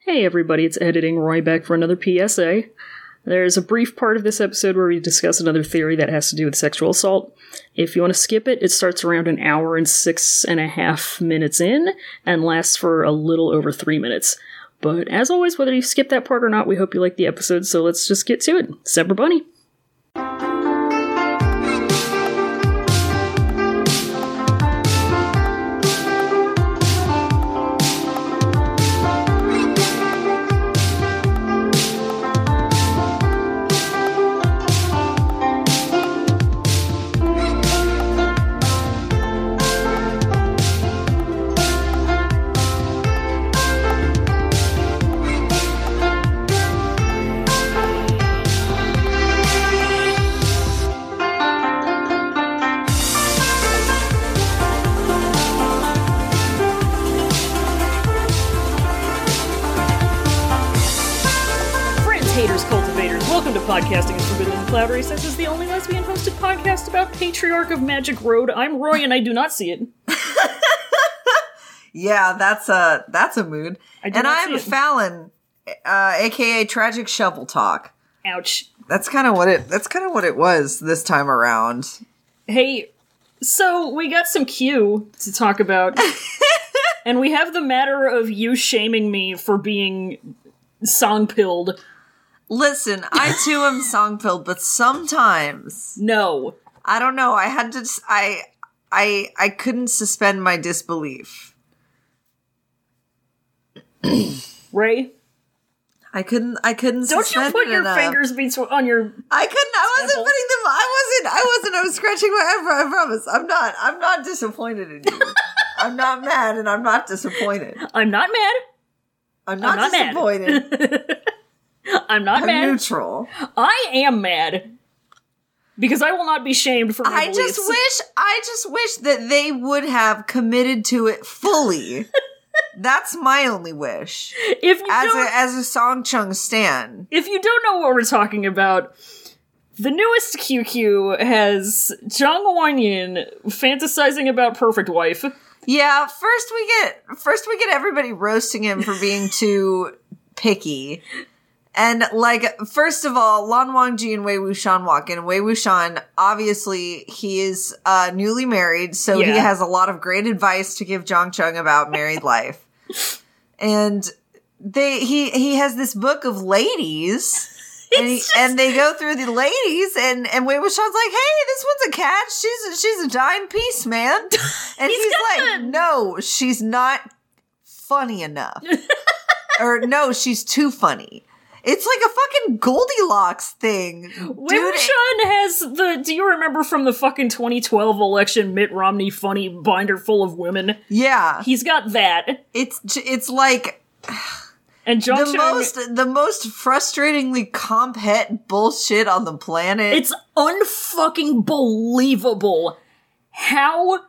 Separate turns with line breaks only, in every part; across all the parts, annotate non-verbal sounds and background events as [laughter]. Hey everybody, it's editing Roy back for another PSA. There's a brief part of this episode where we discuss another theory that has to do with sexual assault. If you want to skip it, it starts around an hour and six and a half minutes in and lasts for a little over three minutes. But as always, whether you skip that part or not, we hope you like the episode, so let's just get to it. Semper Bunny! Friends, haters, cultivators, welcome to Podcasting is Forbidden in the Cloud Race. This is the only lesbian hosted podcast about Patriarch of Magic Road. I'm Roy and I do not see it.
Yeah, that's a that's a mood.
I do
and
not see
I'm
it.
Fallon, uh, aka Tragic Shovel Talk.
Ouch.
That's kind of what it. That's kind of what it was this time around.
Hey, so we got some Q to talk
[laughs]
about. and we have the matter of you shaming me for being song pilled.
Listen,
[laughs]
I too am song filled, but sometimes
No.
I don't know. I had to. s- I I I couldn't suspend my disbelief.
Ray?
I couldn't. I couldn't.
Don't you
suspend
put
it
your
enough.
fingers between on your
I couldn't. I wasn't
Sample.
putting them. I wasn't. I wasn't. I was scratching my eyebrow. I promise. I'm not. I'm not disappointed in
[laughs]
you. I'm not mad, and I'm not disappointed.
I'm not mad.
I'm
I'm
not,
not
disappointed.
mad. I'm not
I'm
mad.
neutral.
I am mad because I will not be shamed for my
I just
beliefs.
wish I just wish that they would have committed to it fully. That's my only wish.
If you
As
don't,
a as a Song Chung stan.
if you don't know what we're talking about, the newest QQ has Zhang Wanyin fantasizing about perfect wife.
Yeah, first we get first we get everybody roasting him for being too picky. And like first of all, Lan Wangji and Wei Wuxian walk in. Wei Wuxian, obviously, he is uh, newly married, so he
Yeah.
has a lot of great advice to give Zhang Chung about married life. And they he he has this book of ladies. And, he,
[laughs] It's just-
and they go through the ladies, and and Wei Wuxian's like, "Hey, this one's a cat. She's a, she's a dying
[laughs]
piece, man." And he's,
He's got
like,
the-
"No, she's not funny
[laughs]
enough, or no, she's too funny." It's like a fucking Goldilocks thing,
Wei
dude.
Wuxian has the. Do you remember from the fucking 2012 election? Mitt Romney funny binder full of women.
Yeah,
He's got that,
it's j- it's like
and Zhang
the
Xiang-
most the most frustratingly comp het bullshit on the planet.
It's unfucking believable how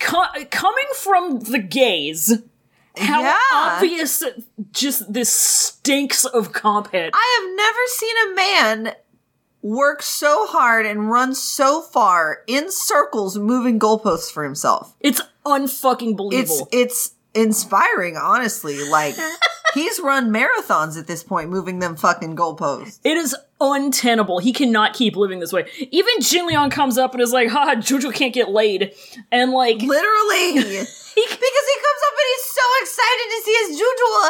co- coming from the gays, how
Yeah.
obvious just this stinks of comp hit.
I have never seen a man work so hard and run so far in circles, moving goalposts for himself.
it's unfucking
It's
believable.
it's inspiring, honestly. Like he's run marathons at this point, moving them fucking goalposts.
it is untenable. He cannot keep living this way. Even Jin Leon comes up and is like, "Ha, Juju can't get laid," and like,
Literally, because he comes up and he's so excited to see his Jujua,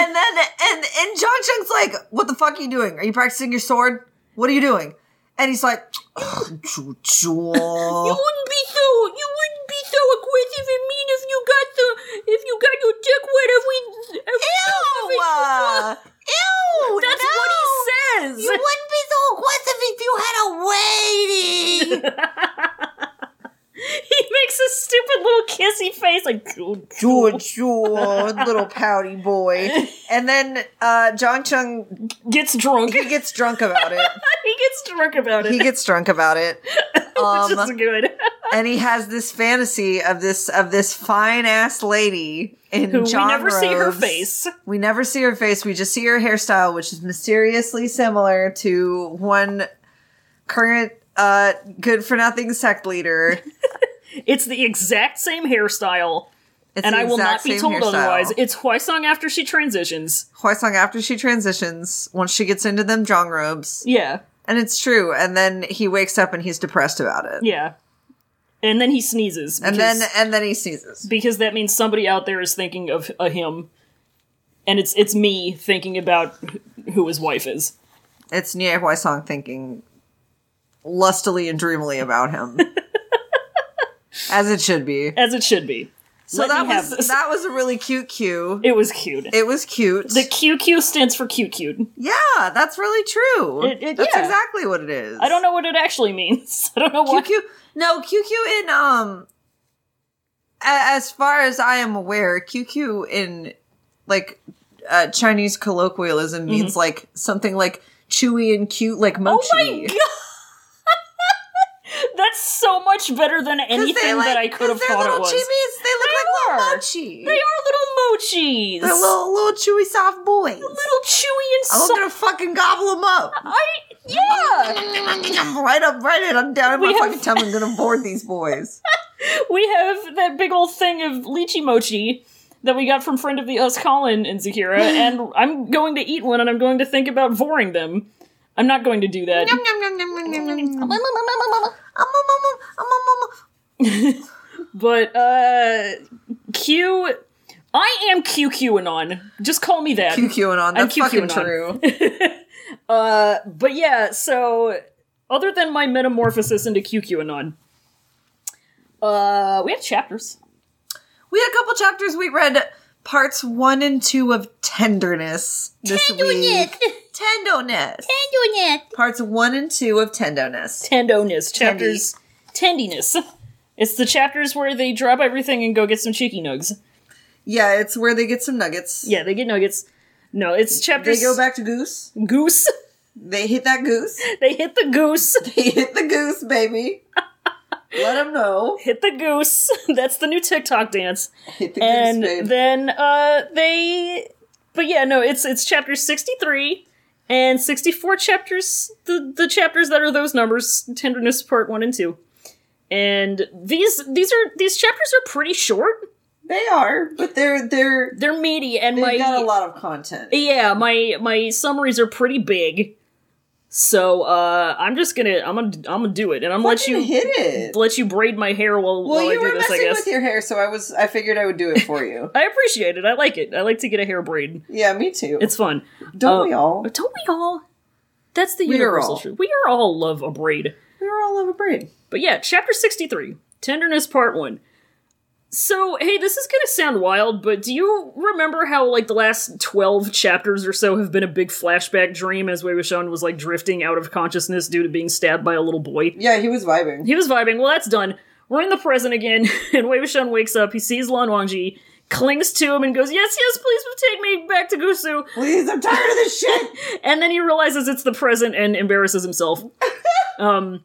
and then and and Jong Chung's like, "What the fuck are you doing? Are you practicing your sword? What are you doing?" And he's like,
You
"Jujua."
wouldn't be so you wouldn't be so aggressive and mean if you got the if you got your dick wet every every
Ew! uh, Ew!
That's
no!
what he says.
You wouldn't be so aggressive if you had a lady.
[laughs] [laughs] he makes a stupid little kissy face like
George, George, little pouty boy. And then uh, Jong Chung
gets drunk. [laughs]
he gets drunk about it.
he gets drunk about it.
He gets drunk about it.
[laughs] which is
Um,
good. [laughs]
and he has this fantasy of this of this fine ass lady in
Who we
John
never see her
robes.
face.
We never see her face. We just see her hairstyle, which is mysteriously similar to one current uh,
[laughs]
good for nothing sect leader.
It's the exact same hairstyle.
It's
and
the
I will not
exact
be
same
told
hairstyle.
otherwise. It's Hwasong after she transitions.
Hwasong after she transitions, once she gets into them drong robes,
Yeah,
and it's true. And then he wakes up and he's depressed about it.
yeah. And then he sneezes.
and
because-
then and then he sneezes.
because that means somebody out there is thinking of a him, and it's it's me thinking about who his wife is.
It's Nie Hwasong thinking lustily and dreamily
[laughs]
about him, as it should be.
As it should be.
So
Let
that
me have
was
this.
that was a really cute cue.
It was cute.
It was cute.
the QQ stands for cute cute.
yeah, that's really true.
It- it-
that's
yeah.
exactly what it is.
I don't know what it actually means. [laughs] I don't know what.
QQ. No, QQ in um. a- As far as I am aware, QQ in like uh, Chinese colloquialism means like something like chewy and cute, like
Mm-hmm. Oh
mochi.
my god! [laughs] That's so much better than
'Cause they,
anything
like-
that I could
'cause
have
they're
thought it
little
was.
Chibis, they look like
are.
little mochi.
They are little mochis.
They're little, little chewy, soft boys.
little chewy and
I'm
soft.
gonna fucking gobble them up.
I
[laughs]
yeah.
right up, right in. I'm down in
We
my
have-
fucking tummy. I'm gonna board these boys.
we have that big old thing of lychee mochi that we got from friend of the us colin and [laughs] zakira and i'm going to eat one and i'm going to think about voring them i'm not going to do that
Nom, nom, nom, nom, nom, nom, nom, nom. Um, um, um, um, um, um, um.
but uh q i am qqanon just call me that
QQanon.
I'm
That's fucking
QQanon.
true.
uh but yeah so other than my metamorphosis into qqanon uh we have chapters
We had a couple chapters. We read parts one and two of Tenderness this week. Tenderness. Parts one and two of Tenderness.
tendoness chapters tendiness it's the chapters where they drop everything and go get some cheeky nugs
Yeah, it's where they get some nuggets.
yeah they get nuggets no it's chapters
They go back to Goose.
goose
They hit that goose.
[laughs]
[laughs]
they hit the goose
They hit the goose,
[laughs]
baby. Let them know.
hit the goose [laughs] that's the new tiktok dance
Hit the
and
goose, baby.
then uh they but yeah no it's it's chapter 63 and 64 chapters the the chapters that are those numbers tenderness part 1 and 2 and these these are these chapters are pretty short
they are, but they're they're
they're meaty and
they've
like
got a lot of content.
yeah my my summaries are pretty big so uh i'm just gonna i'm gonna i'm gonna do it and i'm gonna let
Fucking
you
hit it.
let you braid my hair while,
Well,
while
you
i
were
do this i
messing
guess
with your hair, so I was I figured I would do it
[laughs]
for you.
i appreciate it i like it i like to get a hair braid
yeah, me too.
it's fun
Don't
uh,
we all?
but don't we all that's the
We are
universal
all.
truth we are all love a braid
We were all over braid.
But yeah, chapter 63, Tenderness Part 1. So, hey, this is gonna sound wild, but do you remember how, like, the last 12 chapters or so have been a big flashback dream as Wei Wuxian was, like, drifting out of consciousness due to being stabbed by a little boy?
Yeah, he was vibing.
He was vibing, well, that's done. We're in the present again, [laughs] and Wei Wuxian wakes up, he sees Lan Wangji, clings to him, and goes, Yes, yes, please take me back to Gusu.
Please, I'm tired of this
[laughs]
shit.
And then he realizes it's the present and embarrasses
[laughs]
himself. um,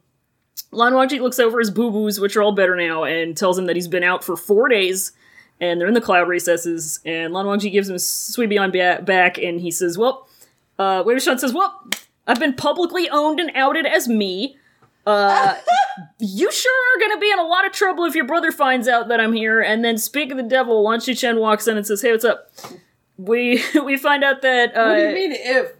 Lan Wangji looks over his boo boos, which are all better now, and tells him that he's been out for four days and they're in the cloud recesses. And Lan Wangji gives him Sui Beyond ba- back and he says, Well, uh, Wei Wuxian says, Well, I've been publicly owned and outed as me.
[laughs]
Uh, you sure are going to be in a lot of trouble if your brother finds out that I'm here. And then, speak of the devil, Lan Chen walks in and says, "Hey, what's up?" We [laughs] we find out that uh,
What do you mean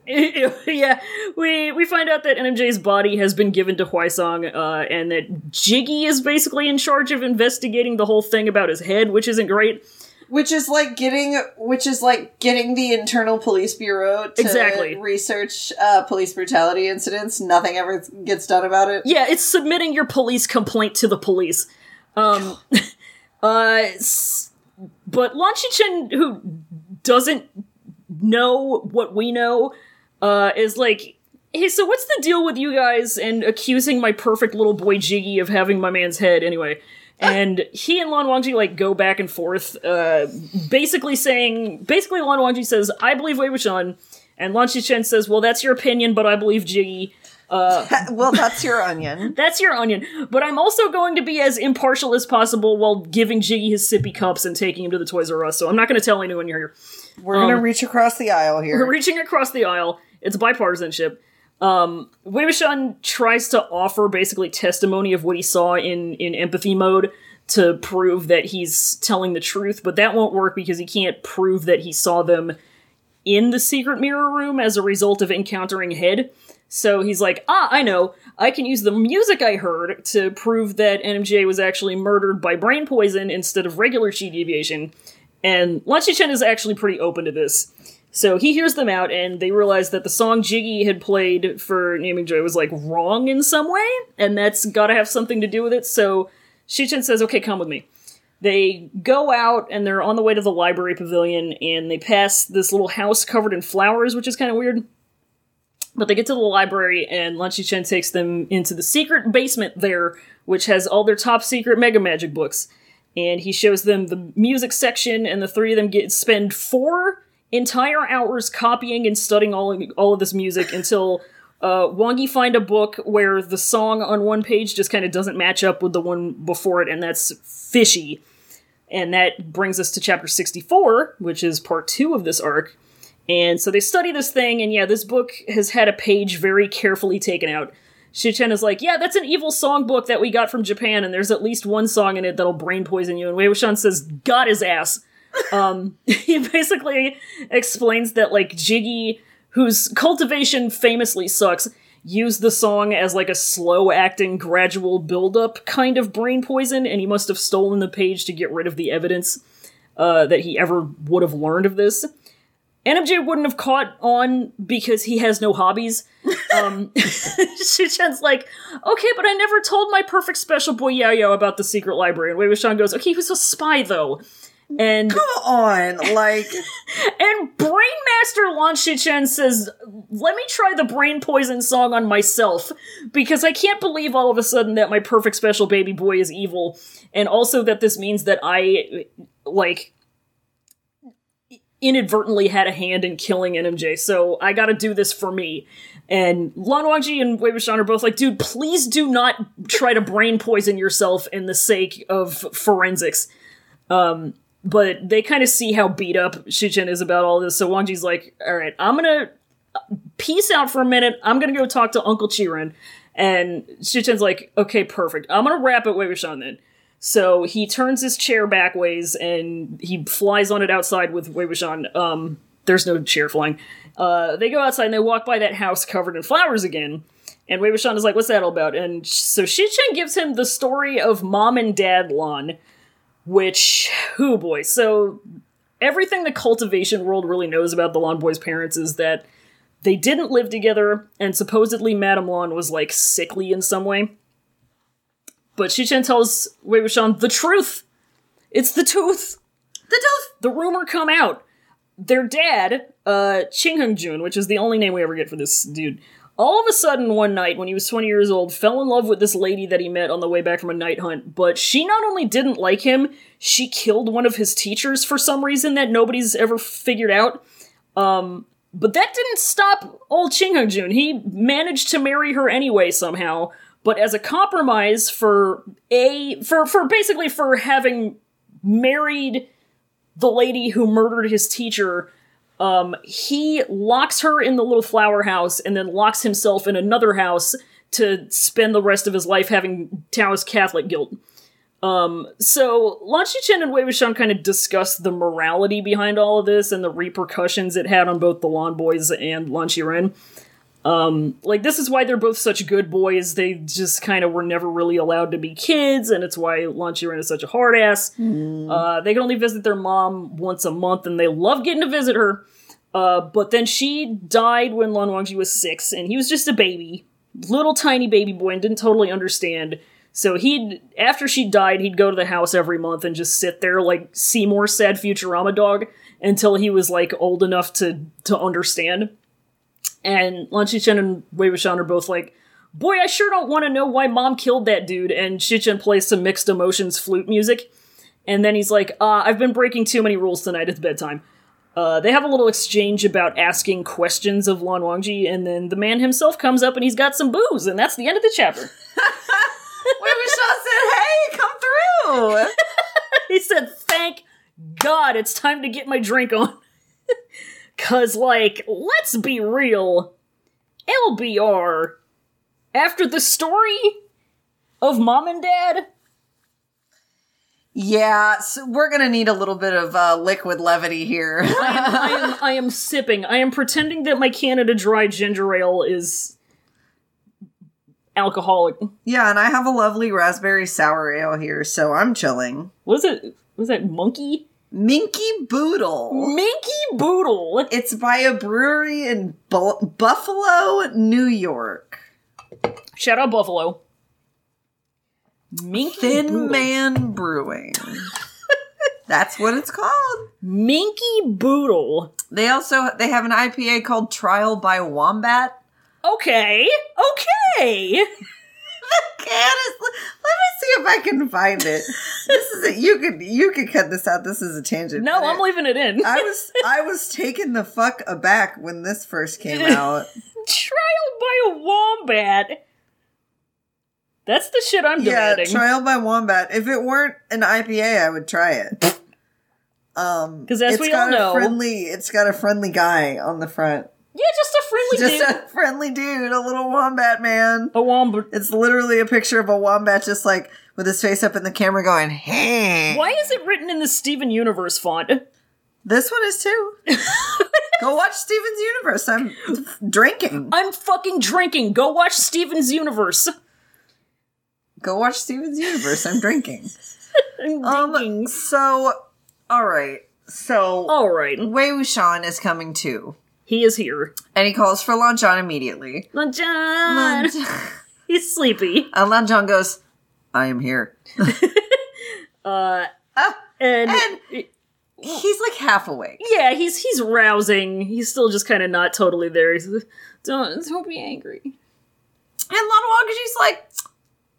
if?
[laughs] yeah, we we find out that NMJ's body has been given to Huaisong, uh, and that Jiggy is basically in charge of investigating the whole thing about his head, which isn't great.
Which is like getting, which is like getting the internal police bureau to
Exactly.
research uh, police brutality incidents. Nothing ever gets done about it.
Yeah, it's submitting your police complaint to the police. Um, [laughs] uh, s- but Lan Chen, who doesn't know what we know, uh, is like, hey, so what's the deal with you guys and accusing my perfect little boy Jiggy of having my man's head anyway? And he and Lan Wangji like go back and forth, uh, basically saying, basically Lan Wangji says, "I believe Wei Wuxian," and Lan Chen says, "Well, that's your opinion, but I believe Jiggy."
well,
[laughs]
that's your onion.
That's your onion. But I'm also going to be as impartial as possible while giving Jiggy his sippy cups and taking him to the Toys R Us. So I'm not going to tell anyone you're here.
We're gonna reach across the aisle
Um, We're [laughs]
here.
reaching across the aisle. It's bipartisanship. Um, Wei Wuxian tries to offer basically testimony of what he saw in in empathy mode to prove that he's telling the truth, but that won't work because he can't prove that he saw them in the secret mirror room as a result of encountering Head. So he's like, ah, I know. I can use the music I heard to prove that NMJ was actually murdered by brain poison instead of regular chi deviation. And Lanchi Chen is actually pretty open to this. So he hears them out, and they realize that the song Jiggy had played for Naming Joy was like wrong in some way, and that's gotta have something to do with it. So Shichen says, Okay, come with me. They go out and they're on the way to the library pavilion, and they pass this little house covered in flowers, which is kind of weird. But they get to the library, and Lan Chen takes them into the secret basement there, which has all their top secret mega magic books. And he shows them the music section, and the three of them get spend four entire hours copying and studying all all of this music until uh, Wangi find a book where the song on one page just kind of doesn't match up with the one before it, and that's fishy. And that brings us to chapter sixty four, which is part two of this arc. And so they study this thing, and yeah, this book has had a page very carefully taken out. Shichen is like, yeah, that's an evil songbook that we got from Japan, and there's at least one song in it that'll brain poison you. And Wei Wuxian says, "God his ass." um, [laughs] he basically explains that like Jiggy, whose cultivation famously sucks, used the song as like a slow acting, gradual build up kind of brain poison, and he must have stolen the page to get rid of the evidence uh, that he ever would have learned of this. NMJ wouldn't have caught on because he has no hobbies. Um, [laughs] Shuchen's like, okay, but I never told my perfect special boy Yayo about the secret library. And Wei Wuxian goes, okay, he was a spy though and
Come on,
[laughs]
like
and Brainmaster Lan Shichen says, "Let me try the brain poison song on myself because I can't believe all of a sudden that my perfect special baby boy is evil, and also that this means that I like." inadvertently had a hand in killing NMJ, so I gotta do this for me. And Lan Wangji and Wei Wuxian are both like, dude, please do not try to brain poison yourself in the sake of forensics. Um, but they kind of see how beat up Shichen is about all this. So Wangji's like, "All right, I'm gonna peace out for a minute. I'm gonna go talk to Uncle Chiren." And Shichen's like, "Okay, perfect. I'm gonna wrap it Wei Wuxian then." So he turns his chair back ways and he flies on it outside with Wei Wuxian. Um, there's no chair flying. Uh, they go outside and they walk by that house covered in flowers again. And Wei Wuxian is like, "What's that all about?" And so Shichen gives him the story of mom and dad Lon which oh boy so everything the cultivation world really knows about the lawn boy's parents is that they didn't live together and supposedly madame lawn was like sickly in some way but shichen tells wei wuxian the truth it's the tooth
the tooth.
the rumor come out their dad uh ching hung jun which is the only name we ever get for this dude all of a sudden, one night when he was 20 years old, fell in love with this lady that he met on the way back from a night hunt, but she not only didn't like him, she killed one of his teachers for some reason that nobody's ever figured out. Um, but that didn't stop old Ching Hung Jun. He managed to marry her anyway somehow, but as a compromise for a for for basically for having married the lady who murdered his teacher, um, he locks her in the little flower house and then locks himself in another house to spend the rest of his life having Taoist Catholic guilt. Um, so Lan Chen and Wei Wuxian kind of discuss the morality behind all of this and the repercussions it had on both the Lawn Boys and Lan Ren. Um, like this is why they're both such good boys. They just kind of were never really allowed to be kids, and it's why Lan Ren is such a hard ass. Uh, they can only visit their mom once a month, and they love getting to visit her. Uh, but then she died when Lan Wangji was six, and he was just a baby, little tiny baby boy, and didn't totally understand. So he'd after she died, he'd go to the house every month and just sit there like Seymour said, Futurama dog, until he was like old enough to to understand. And Lan Shichen and Wei Wuxian are both like, boy, I sure don't want to know why mom killed that dude. And Shichen plays some mixed emotions flute music. And then he's like, uh, I've been breaking too many rules tonight. It's bedtime. Uh, they have a little exchange about asking questions of Lan Wangji, and then the man himself comes up and he's got some booze, and that's the end of the chapter.
Wei Wuxian said, "Hey, come through."
he said, Thank God it's time to get my drink on. [laughs] Cause, like, let's be real. LBR, after the story of mom and dad,
Yeah, so we're gonna need a little bit of uh, liquid levity here. [laughs]
I am, I am sipping. I am pretending that my Canada Dry ginger ale is alcoholic.
yeah, and I have a lovely raspberry sour ale here, so I'm chilling.
Was it? Was that monkey?
Minky Boodle.
Minky Boodle.
It's by a brewery in Bu- Buffalo, New York.
Shout out Buffalo. Minky
Thin
Boodle.
Man Brewing. [laughs] That's what it's called.
Minky Boodle.
They also they have an IPA called Trial by Wombat.
Okay. Okay.
Candace, let me see if I can find it. This is a, you could you could cut this out. This is a tangent.
No,
but
I'm
it-
leaving it in.
I was I was taken the fuck aback when this first
[laughs]
came out.
Trial by a wombat. That's the shit I'm
yeah,
demanding.
Trial by Wombat. If it weren't an IPA, I would try it. Um,
'Cause as
it's
we
got
all
a
know-
friendly. It's got a friendly guy on the front.
yeah, just a friendly
Just
dude.
a friendly dude, a little wombat man.
A wombat.
It's literally a picture of a wombat just like with his face up in the camera going, hey.
Why is it written in the Steven Universe font?
This one is too.
[laughs]
Go watch Steven's Universe. I'm drinking.
I'm fucking drinking. Go watch Steven's Universe.
Go watch Steven's Universe. I'm drinking.
I'm
Um,
drinking.
so, all right. So,
All right,
Wei Wuxian is coming too,
he is here.
and he calls for Lan Zhan immediately.
Lan
Lan
John.
Zhan-
He's sleepy.
[laughs] and Lan Zhan goes, "I am here."
Uh,
Ah,
and,
And- he's like half awake.
yeah, he's he's rousing. He's still just kind of not totally there. He's, don't don't be angry.
And Lan Wangji's like,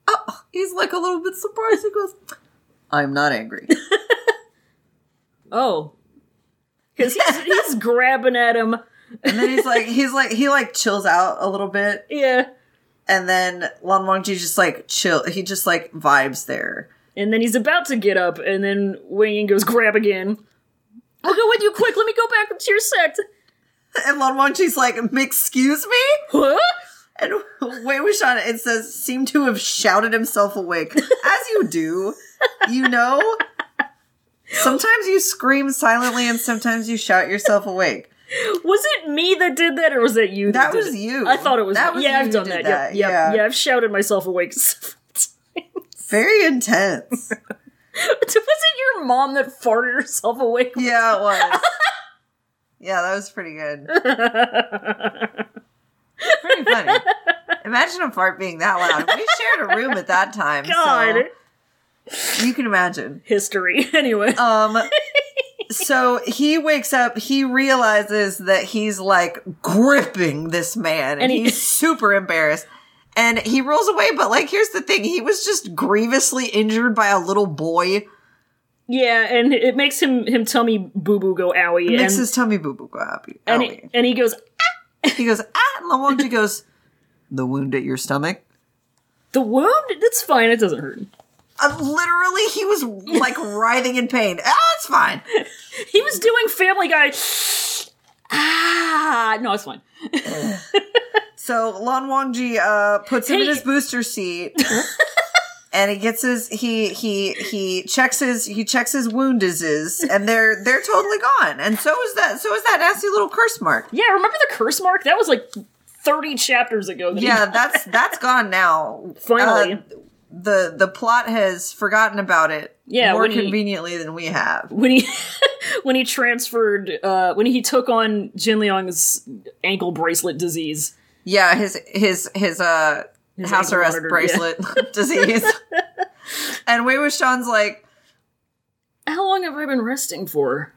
oh, he's like a little bit surprised. He goes, I'm not angry.
Oh, because
[laughs]
he's he's grabbing at him.
And then he's like, he's like, he like chills out a little bit.
Yeah,
And then Lan Wangji just like chill. He just like vibes there.
and then he's about to get up, and then Wing Ying goes grab again. I'll go with you quick. Let me go back to your sect.
And Lan Wangji's like, excuse me?
Huh?
And [laughs] Wei Wuxian, it says, seemed to have shouted himself awake. As you do, you know? Sometimes you scream silently and sometimes you shout yourself awake.
Was it me that did that, or was that you?
That
did
was
it?
you.
I thought it was.
That
That
was
yeah,
you
I've
who
done
did
that.
that,
Yep, yep,
yeah.
yeah. I've shouted myself awake. [laughs] was
Very intense.
it your mom that farted herself awake?
yeah, it was. Yeah, that was pretty good. pretty funny. Imagine a fart being that loud. We shared a room at that time. so-
God,
You can imagine.
history. [laughs] Anyway,
Um, so he wakes up, he realizes that he's like gripping this man and,
And he-
he's super embarrassed. And he rolls away, but like, here's the thing he was just grievously injured by a little boy.
yeah, and it makes him him tummy boo boo go owie,
Makes
and
his tummy boo boo go happy.
and he, and he goes
He goes, ah, and
[laughs]
Lawangji goes, the wound at your stomach.
the wound. That's fine. It doesn't hurt.
Uh, literally, he was like writhing in pain. Ah, it's fine.
He was doing Family Guy. ah, no, it's fine.
So Lan Wangji uh, puts him in
Hey.
his
[laughs]
booster seat, and he gets his he he he checks his he checks his woundises, and they're they're totally gone. And so is that so is that nasty little curse mark.
Yeah, remember the curse mark? That was like thirty chapters ago. that he-
Yeah, uh, that's that's gone now.
finally.
Uh, the the plot has forgotten about it.
Yeah,
more
when he-
conveniently than we have.
when he [laughs] when he transferred uh when he took on Jin Liang's ankle bracelet disease.
Yeah, his his his uh house
ankle
arrest
monitor,
bracelet [laughs] disease.
[laughs]
and Wei Wuxian's like,
How long have I been resting for?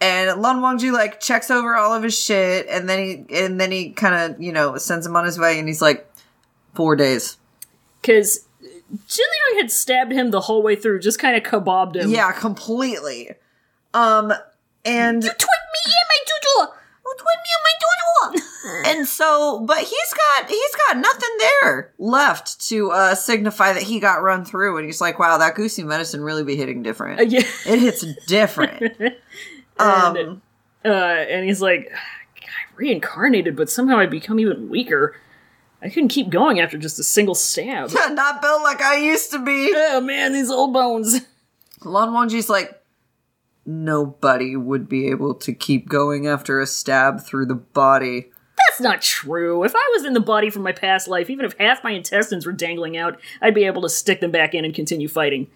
and Lan Wangji like checks over all of his shit, and then he and then he kind of you know sends him on his way, and he's like, four days.
Cuz Jin Liang had stabbed him the whole way through, just kind of kebabbed him.
Yeah, [laughs] completely. Um, and
Twit me and my juju.
[laughs] and so, but he's got he's got nothing there left to uh signify that he got run through, and he's like, wow, that goosey medicine really be hitting different.
Uh, yeah.
It hits different.
[laughs] And,
um, [laughs]
uh, and he's like, I reincarnated, but somehow I become even weaker. I couldn't keep going after just a single stab.
not built like I used to be.
oh man, these old bones. [laughs]
Lan Wangji's like, nobody would be able to keep going after a stab through the body.
That's not true. If I was in the body from my past life, even if half my intestines were dangling out, I'd be able to stick them back in and continue fighting.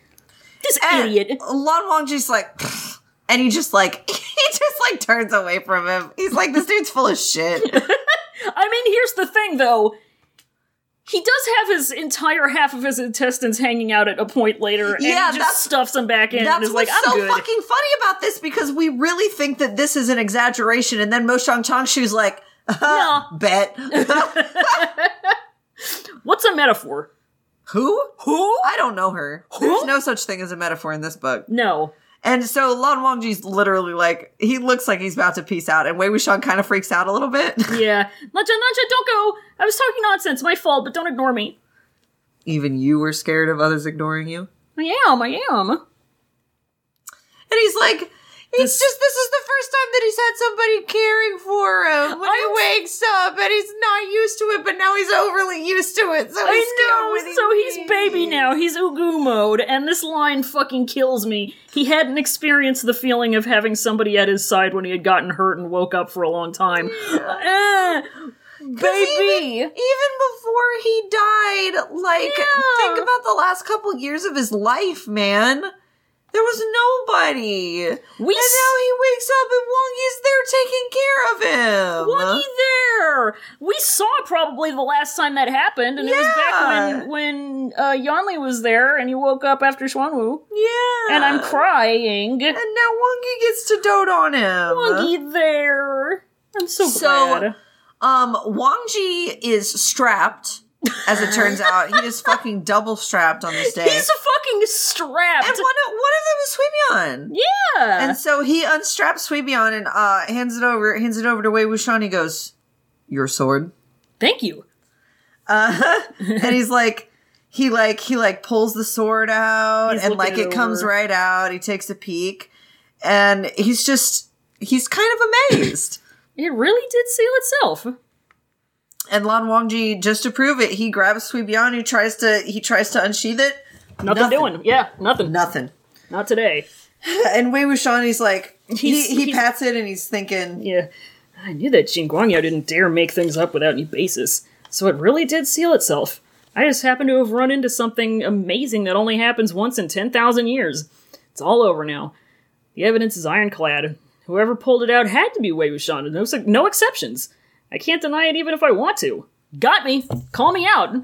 This
And
idiot.
Lan Wangji's like, [sniffs] "Pfft," and he just like, [laughs] he just like turns away from him. He's like, this dude's full of shit.
I mean, here's the thing, though. He does have his entire half of his intestines hanging out at a point later, and
Yeah,
he
that's-
just stuffs them back in [laughs] and
That's
is like,
what's
I'm
so
good.
fucking funny about this because we really think that this is an exaggeration, and then Mo Shang Changshu's like,
No.
bet [laughs]
What's a metaphor?
who?
Who?
I don't know her. There's no such thing as a metaphor in this book.
No.
And so Lan Wangji's literally like, he looks like he's about to peace out, and Wei Wuxian kind of freaks out a little bit. [laughs]
Yeah. Nanja, Nanja, don't go. I was talking nonsense. My fault, but don't ignore me.
Even you were scared of others ignoring you.
I am. I am.
And he's like, it's
This-
just this is the first time that he's had somebody caring for him when
I'm-
he wakes up, and he's not used to it, but now he's overly used to it, so he's scared
I
when
know.
he
So he's
leaves.
baby now. He's Ugu mode, and this line fucking kills me. He hadn't experienced the feeling of having somebody at his side when he had gotten hurt and woke up for a long time. Uh, Eh, baby.
Even before he died, like
Yeah.
think about the last couple years of his life, man. There was nobody.
We
And now he wakes up and Wang Yi's there taking care of him.
Woogie there. We saw probably the last time that happened, and it was
Yeah.
back when when uh, Yanli was there, and he woke up after Xuanwu,
Yeah.
and I'm crying.
And now Wang Yi gets to dote on him.
Woogie there. I'm so,
So-
glad.
Um, Wang Ji is strapped, as it turns out. he is fucking double strapped on
[laughs]
this day.
He's fucking strapped.
and one of, one of them is Sui Bian.
yeah.
And so he unstraps Sui Bian and uh, hands it over hands it over to Wei Wuxian. He goes, Your sword.
Thank you.
Uh, and he's like, he like he like pulls the sword out
He's
and
looking
like
it
it, comes
over.
right out. He takes a peek, and he's just he's kind of amazed. [clears throat]
It really did seal itself.
and Lan Wangji just to prove it, he grabs Sui Bian, who tries to he tries to unsheath it.
Nothing,
Nothing.
doing. Yeah, nothing.
Nothing.
Not today.
And Wei Wuxian, he's like
He's-
he, he
he's-
pats it and he's thinking,
Yeah. I knew that Jing Guangyao didn't dare make things up without any basis, so it really did seal itself. I just happened to have run into something amazing that only happens once in 10,000 years. It's all over now. The evidence is ironclad. Whoever pulled it out had to be Wei Wuxian, no, no exceptions. I can't deny it even if I want to. Got me. Call me out.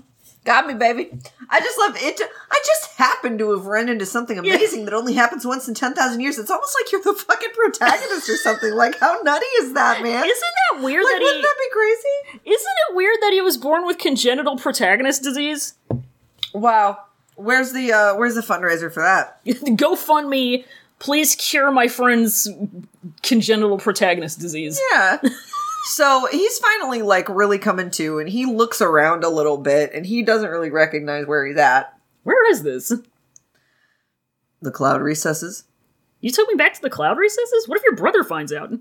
"Got me, baby." I just love it. I just happen to have run into something amazing that only happens once in ten thousand years. It's almost like you're the fucking protagonist or something. Like, how nutty is that, man?
Isn't that weird
Like,
that he...
wouldn't that be crazy?
Isn't it weird that he was born with congenital protagonist disease?
Wow. Where's the uh where's the fundraiser for that?
GoFundMe, please cure my friend's congenital protagonist disease. [laughs]
Yeah. so he's finally like really coming to and he looks around a little bit and he doesn't really recognize where he's at.
Where is this?
The cloud recesses.
You took me back to the cloud recesses? What if your brother finds out?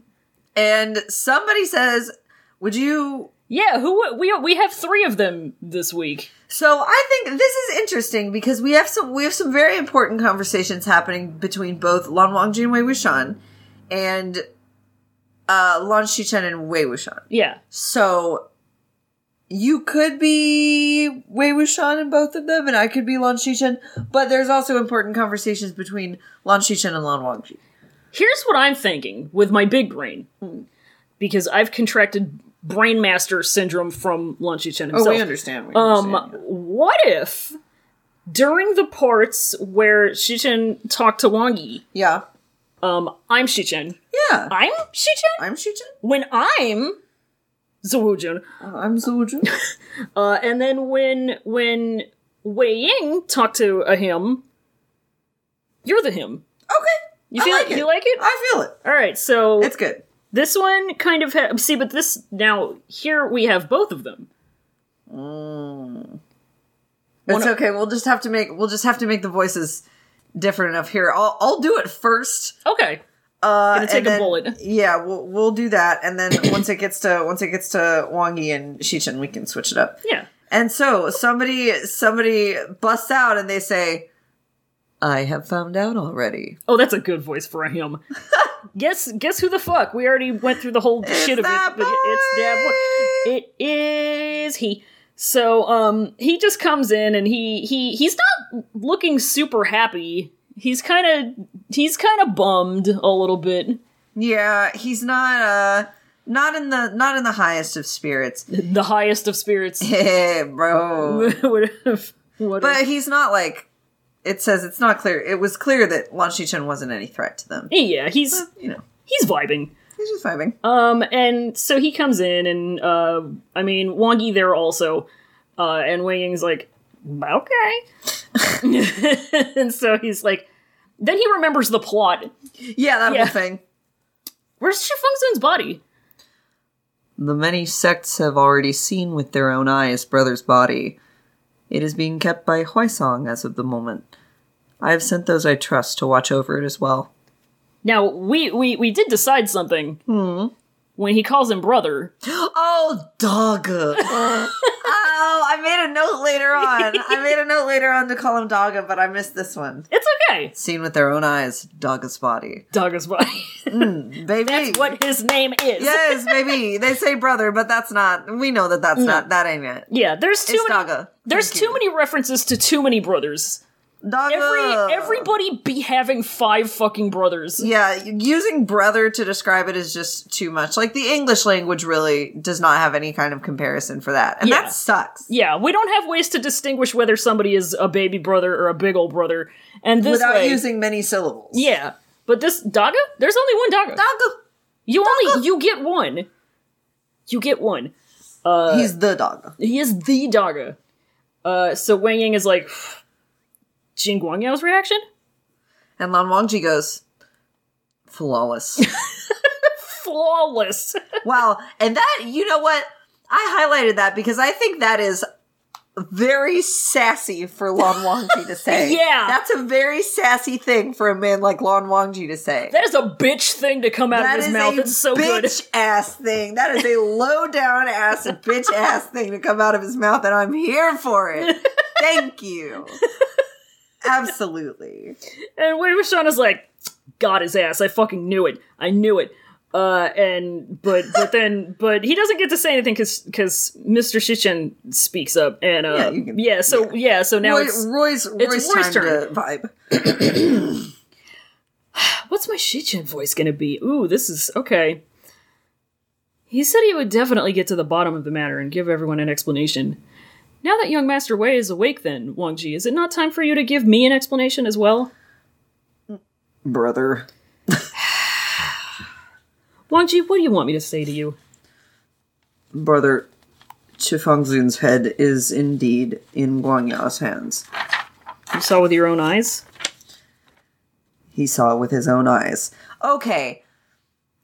And somebody says, Would you
Yeah, who we we have 3 of them this week.
So I think this is interesting because we have some we have some very important conversations happening between both Lan Wangji and Wei Wuxian and uh Lan Shichen and Wei Wuxian.
Yeah.
So you could be Wei Wuxian in both of them, and I could be Lan Shichen, but there's also important conversations between Lan Shichen and Lan Wangji.
Here's what I'm thinking with my big brain. Because I've contracted brain master syndrome from Lunchy Chen himself.
understand. Oh, We
Um, what if during the parts where Shichen talked to Wangi,
yeah.
um, I'm Shichen.
Yeah.
I'm Shichen?
I'm Shichen.
When I'm Zawujun.
I'm Zhuju.
Uh, and then when when Wei Ying talked to a him, you're the him.
okay.
You
I
feel
like it.
you like it?
I feel it.
Alright, so
It's good.
this one kind of ha- see, but this now here we have both of them.
It's
Wanna-
okay. We'll just have to make we'll just have to make the voices different enough here. I'll I'll do it first.
Okay.
Uh,
take
and
a
then-
bullet.
Yeah, we'll we'll do that,
[coughs]
and then once it gets to once it gets to Wang Yi and Shichen, we can switch it up.
Yeah.
And so somebody somebody busts out and they say, I have found out already.
Oh, that's a good voice for
[laughs]
him. guess guess who the fuck? We already went through the whole
It's
shit of
that
it. But it's that boy. It is he. So um he just comes in and he he he's not looking super happy. He's kind of he's kind of bummed a little bit.
Yeah, he's not uh not in the not in the highest
[laughs]
of spirits. [laughs]
The highest of spirits. [laughs]
Hey, bro.
what if, what if-
But he's not like it says it's not clear. It was clear that Lanchichen wasn't any threat to them.
yeah, he's
You know,
he's vibing.
he's just vibing.
Um, and so he comes in, and uh, I mean, Wongi there also, uh, and Wei Ying's like, okay. [laughs] and so he's like, then he remembers the plot.
Yeah, that
Yeah.
whole thing.
Where's Shifengsun's body?
The many sects have already seen with their own eyes Brother's body. It is being kept by Huaisong as of the moment. I have sent those I trust to watch over it as well.
Now we we we did decide something.
Hmm.
When he calls him brother,
[gasps] Oh, [laughs] dog. oh, I made a note later on. I made a note later on to call him Daga, but I missed this one.
it's okay.
Seen with their own eyes, Daga's body.
Dog's body. [laughs]
Baby.
That's what his name is.
yes, baby. They say brother, but that's not. We know that that's not. That ain't it.
Yeah, there's too
It's
many.
Daga.
There's
Thank
too many references to too many brothers.
you. Daga.
Every everybody be having five fucking brothers.
Yeah, using brother to describe it is just too much. Like the English language really does not have any kind of comparison for that. And
Yeah.
that sucks.
Yeah, we don't have ways to distinguish whether somebody is a baby brother or a big old brother. And this
Without
way,
using many syllables.
yeah. But this Daga, there's only one Daga.
Dog.
you only you get one. You get one. Uh,
He's the dog.
He is the Daga. Uh, so Wang Yang is like, [sighs] Jing Guangyao's reaction.
And Lan Wangji goes,
[laughs]
flawless.
Flawless.
wow. And that, you know what? I highlighted that because I think that is very sassy for Lon
[laughs]
Wangji to say.
Yeah.
That's a very sassy thing for a man like Lon Wangji to say.
That is a bitch thing to come out of
That is
his mouth.
a
It's so
bitch
good.
ass thing. That is a low
[laughs]
down ass bitch ass thing to come out of his mouth, and I'm here for
[laughs]
it. Thank you. Absolutely.
And Wei Wuxian is like, got his ass. I fucking knew it. I knew it. Uh, and but but then [laughs] but he doesn't get to say anything because Mr. Shichen speaks up and uh yeah,
Yeah, you can-
so yeah. so now
Roy,
it's
Roy's Roy's
Roy's
time
turn.
to vibe.
what's my Shichen voice gonna be? Ooh, this is okay. He said he would definitely get to the bottom of the matter and give everyone an explanation. Now that young Master Wei is awake, then Wang Ji, is it not time for you to give me an explanation as well?
Brother.
Wang Ji, what do you want me to say to you?
Brother Chifengzun's head is indeed in Guangyao's hands.
You saw with your own eyes.
He saw with his own eyes. Okay.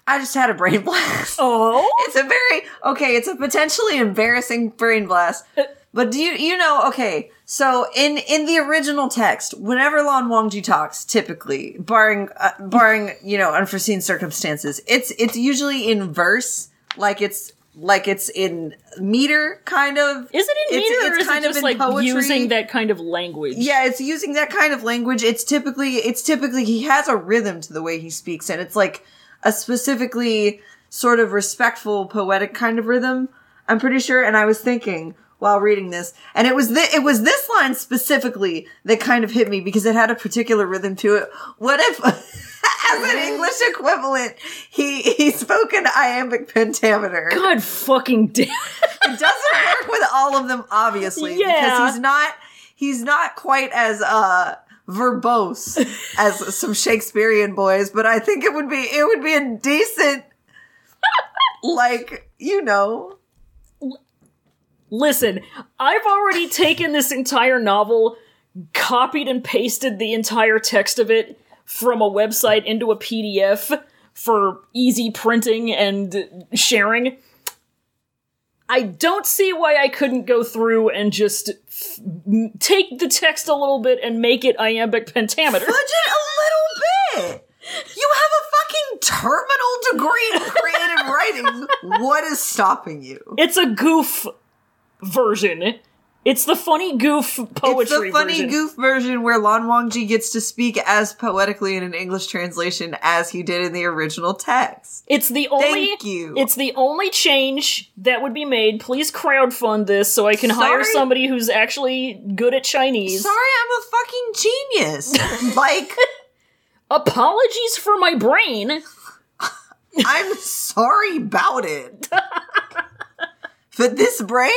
I just had a brain [laughs] blast.
Oh,
it's a very okay it's a potentially embarrassing brain blast but do you you know okay so in in the original text whenever lon wangji talks typically barring uh, barring you know unforeseen circumstances it's it's usually in verse like it's like it's in meter kind of
Is it in
It's-
meter
it's
or is
kind
it
of
just
in
like
poetry.
using that kind of language?
yeah it's using that kind of language it's typically it's typically he has a rhythm to the way he speaks and it's like a specifically sort of respectful poetic kind of rhythm i'm pretty sure and i was thinking while reading this and it was thi- it was this line specifically that kind of hit me because it had a particular rhythm to it what if [laughs] as an english equivalent he he spoke in iambic pentameter
God fucking [laughs] damn.
it doesn't work with all of them, obviously,
Yeah.
because he's not he's not quite as uh verbose
[laughs]
as some Shakespearean boys. But I think it would be it would be a decent, like you know,
Listen, I've already
[laughs]
taken this entire novel, copied and pasted the entire text of it from a website into a PDF for easy printing and sharing. I don't see why I couldn't go through and just f- m- take the text a little bit and make it iambic pentameter.
budget a little bit. You have a fucking terminal degree
[laughs]
in creative writing. What is stopping you?
It's a goof version. It's the funny goof poetry.
It's the funny
version.
goof version where Lan Wangji gets to speak as poetically in an English translation as he did in the original text.
It's the only.
Thank you.
It's the only change that would be made. Please crowdfund this so I can hire
Sorry.
somebody who's actually good at Chinese.
Sorry, I'm a fucking
[laughs]
genius. like,
Apologies for my brain.
I'm sorry about it. but this brain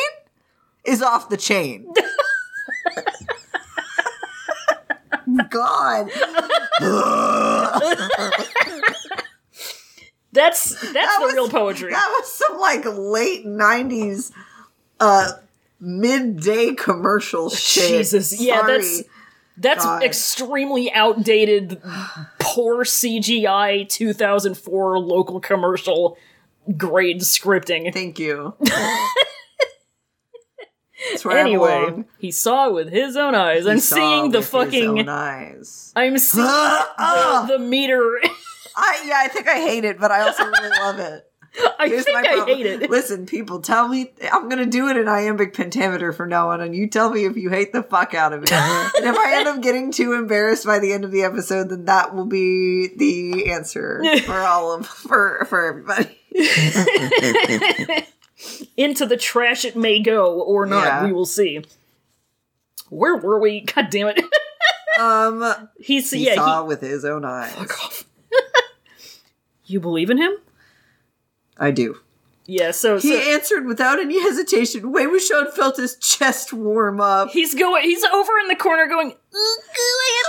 is off the chain. God.
That's that's the
was-
real poetry.
That was some like late nineties uh midday commercial shit.
Jesus. Yeah,
Sorry.
that's that's
God.
extremely outdated poor CGI 2004 local commercial grade scripting. [laughs]
thank you. That's where I
Anyway,
belong.
he saw with his own eyes. I'm
He saw
seeing the
with his own
fucking
eyes.
I'm
[laughs]
seeing
Ah!
the meter. [laughs]
I, yeah, I think I hate it, but I also really
[laughs]
love it.
I
Here's
think
my
I
problem.
hate it.
Listen, people, tell me I'm gonna do it in iambic pentameter from now on, and you tell me if you hate the fuck
[laughs]
out of it. and if I end up getting too embarrassed by the end of the episode, then that will be
[laughs]
the answer for all of for for everybody.
into the trash it may go or not.
Yeah.
We will see. Where were we? [laughs] God damn it.
Um,
He's
he
yeah,
saw with his own eyes.
he, You believe in him?
I do.
Yeah, so,
He
so
answered without any hesitation. Wei Wuxian felt his chest warm up.
he's going he's over in the corner going, "Ugh, I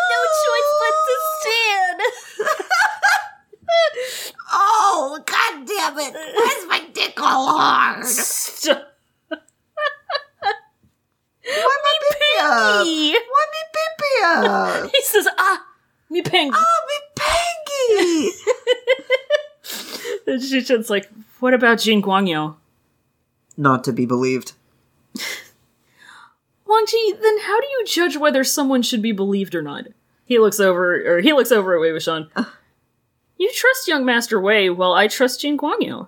have no choice but to stand.
Oh, god damn it! Why's my dick all hard?
Stop.
Why my pee
[laughs] He
Why me pee up?
says, ah, me penguin.
Oh, me Peggy!
And Shichen's like, what about Jin Guangyo?
Not to be believed.
Wangji, then how do you judge whether someone should be believed or not? He looks over, or he looks over at Wei Wuxian. you trust young Master Wei, while I trust Jin Guangyo.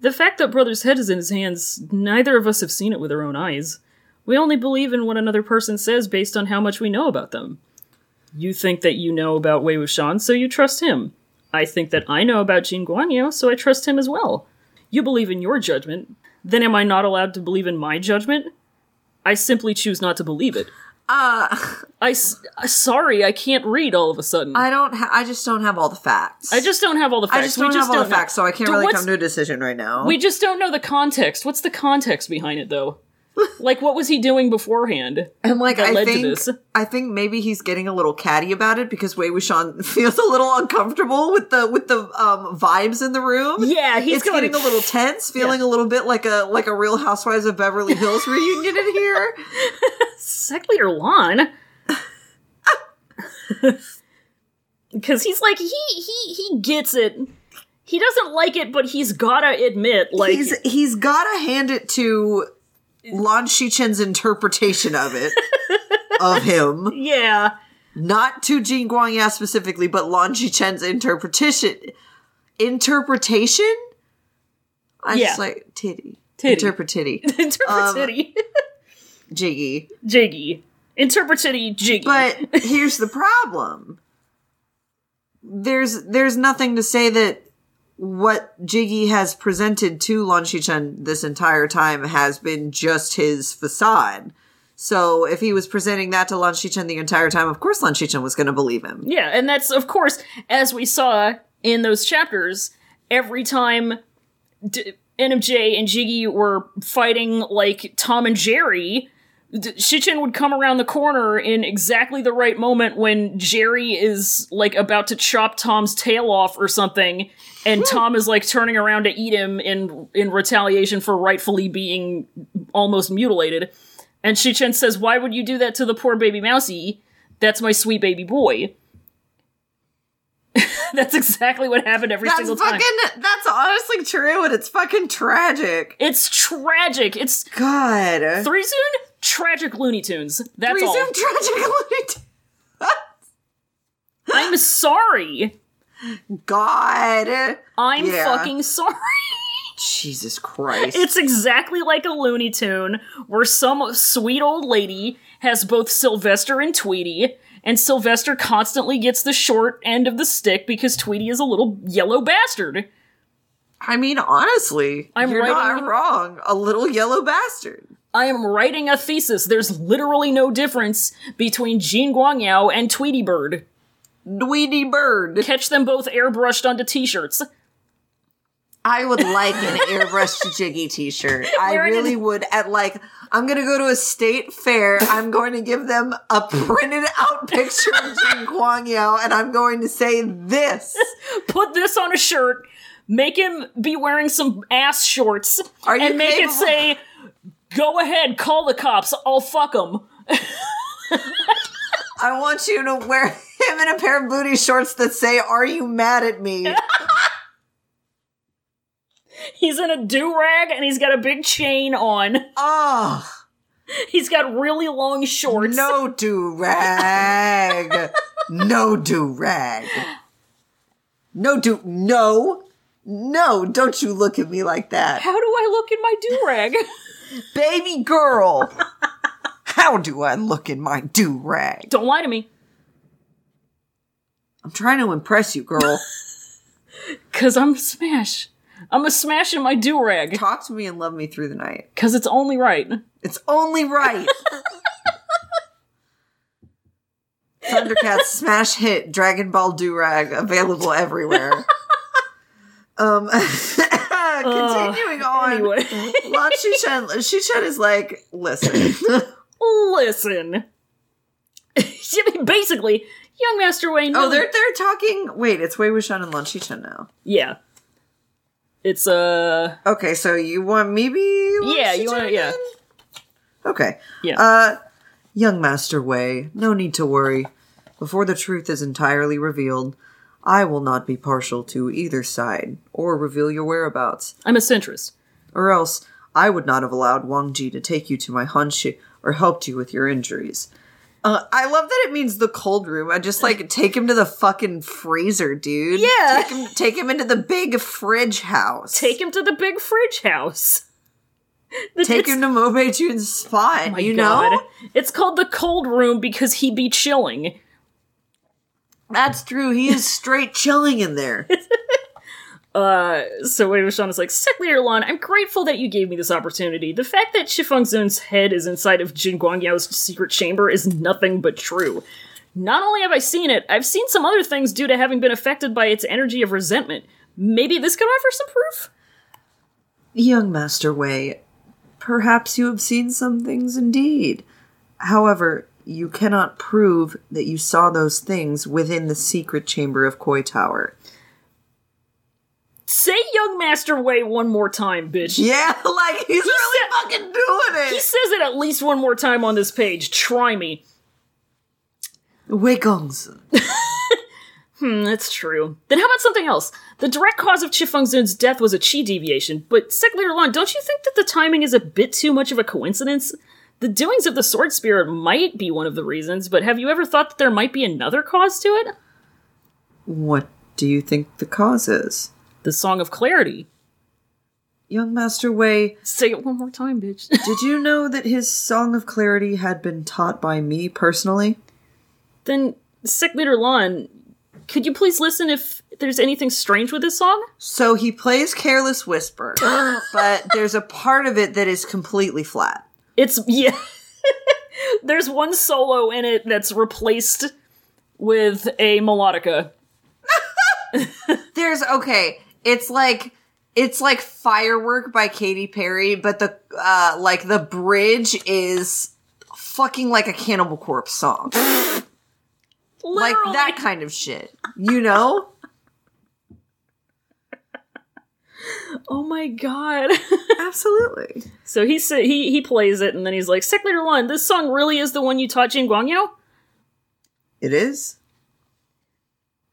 The fact that Brother's head is in his hands, neither of us have seen it with our own eyes. We only believe in what another person says based on how much we know about them. You think that you know about Wei Wuxian, so you trust him. I think that I know about Jin Guangyo, so I trust him as well. You believe in your judgment, then am I not allowed to believe in my judgment? I simply choose not to believe it.
Uh,
I s- uh, sorry, I can't read all of a sudden. I,
I don't. Ha- I just don't have all the facts.
just don't have all the facts.
I just don't
we
have
just
all
don't
the
know-
facts, so I can't
Do-
really
what's-
come to a decision right now.
We just don't know the context. What's the context behind it,
[laughs]
though? like, what was he doing beforehand?
and like,
that
I
led to
think,
this.
I think maybe he's getting a little catty about it because Wei Wuxian [laughs] feels a little uncomfortable with the with the um, vibes in the room.
Yeah, he's
it's
going-
getting a
[laughs]
little tense, feeling a little bit like a like a Real Housewives of Beverly Hills [laughs] reunion in here.
Sec Leader Lon. [laughs] Because he's like he he he gets it. He doesn't like it, but he's gotta admit, like
he's he's gotta hand it to Lan Shichen's interpretation of
[laughs]
it of him,
yeah, [laughs]
not to Jin Guangya specifically, but Lan Shichen's interpretation interpretation. I
Yeah.
just like titty.
Titty.
Interpret titty. Um,
interpretity
Jiggy.
jiggy, interpretity jiggy. [laughs]
But here's the problem. There's there's nothing to say that what Jiggy has presented to Lan Shichen this entire time has been just his facade. So if he was presenting that to Lan Shichen the entire time, of course Lan Shichen was going to believe him.
Yeah, and that's of course as we saw in those chapters. Every time D- NMJ and Jiggy were fighting like Tom and Jerry, D- Shichen would come around the corner in exactly the right moment when Jerry is like about to chop Tom's tail off or something, and Tom is like turning around to eat him in in retaliation for rightfully being almost mutilated. And Shichen says, "Why would you do that to the poor baby mousey? That's my sweet baby boy." [laughs] That's exactly what happened every
That's
single
fucking.
time.
That's honestly true, and it's fucking tragic.
It's tragic. It's
God.
three soon tragic Looney Tunes. That's
Resume
all.
tragic.
I'm sorry.
God.
I'm
Yeah.
fucking sorry. [laughs]
Jesus Christ.
It's exactly like a Looney Tune where some sweet old lady has both Sylvester and Tweety, and Sylvester constantly gets the short end of the stick because Tweety is a little yellow bastard.
I mean, honestly,
I'm
you're not
writing-
wrong. A little yellow bastard.
I am writing a thesis. There's literally no difference between Jean Guangyao and Tweety Bird.
Dweedy bird.
Catch them both airbrushed onto t shirts.
I would like an airbrushed jiggy t-shirt. I
Wearing
really
an-
would at like I'm gonna go to a state fair, I'm going to give them a printed out picture of Jing Guang Yao, and I'm going to say this.
Put this on a shirt, make him be wearing some ass shorts,
Are you
and make
capable-
it say, Go ahead, call the cops, I'll fuck them.
I want you to wear [laughs] him in a pair of booty shorts that say, Are you mad
[laughs]
at me?
He's in a do rag and he's got a big chain on. [laughs]
Oh
He's got really long shorts.
no do rag. No do rag. No do no. No, don't you look at me like that.
How do I look in my do
[laughs]
rag?
baby girl. How do I look in my do rag?
Don't lie to me.
I'm trying to impress you, girl.
Cause I'm smash. I'm a smash in my do rag.
Talk to me and love me through the night.
Cause it's only
[laughs]
right.
It's
[laughs]
only right. Thundercats smash hit Dragon Ball do rag available everywhere. Um, [laughs] continuing on.
Anyway.
Lan Shishan, Shishan is like,
[laughs]
listen.
Listen. [laughs] I mean, Basically, young Master Wayne.
oh,
really-
they're they're talking. Wait, it's Wei Wuxian and Lan Shishan now.
Yeah. It's uh
Okay, so you want maybe?
Yeah, you wanna yeah.
Okay.
Yeah.
Uh, young Master Wei, no need to worry. Before the truth is entirely revealed, I will not be partial to either side or reveal your whereabouts,
I'm a centrist.
or else I would not have allowed Wang Ji to take you to my Hanshi or helped you with your injuries. Uh, I love that it means the cold room. I just like take him to the fucking freezer, dude.
Yeah.
Take him, take him into the big fridge house.
Take him to the big fridge house. [laughs] The-
Take
it's- Oh
him to Mobe June's spot.
my
you know?
God. It's called the cold room because he be chilling.
That's true. He is straight chilling in there.
Uh, so Wei Wuxian is like, Sick Leader Lan, I'm grateful that you gave me this opportunity. The fact that Shifeng Zun's head is inside of Jin Guangyao's secret chamber is nothing but true. Not only have I seen it, I've seen some other things due to having been affected by its energy of resentment. Maybe this could offer some proof?
Young Master Wei, perhaps you have seen some things indeed. However, you cannot prove that you saw those things within the secret chamber of Koi Tower. [laughs]
Say Young Master Wei one more time, bitch.
Yeah, like he's really
said-
fucking doing
He
it.
says it at least one more time on this page. Try me.
Wei Gongzi.
Hmm, that's true. Then how about something else? The direct cause of Chifeng Zun's death was a chi deviation, but Sec Leader Lon, don't you think that the timing is a bit too much of a coincidence? The doings of the Sword Spirit might be one of the reasons, but have you ever thought that there might be another cause to it?
What do you think the cause is?
The Song of Clarity.
Young Master Wei,
Say it one more time, bitch. [laughs]
did you know that his Song of Clarity had been taught by me personally?
then, Sec Leader Lon, could you please listen if there's anything strange with this song?
So he plays Careless Whisper, but there's a part of it that is completely flat.
It's [laughs] yeah. There's one solo in it that's replaced with a melodica.
There's okay. It's like it's like Firework by Katy Perry, but the uh like the bridge is fucking like a Cannibal Corpse song. like
Literally. [laughs]
that kind of shit. You know?
Oh my god. [laughs]
Absolutely.
so he sa- he he plays it and then he's like, Sick Leader One, this song really is the one you taught Jin Guangyo?
It is.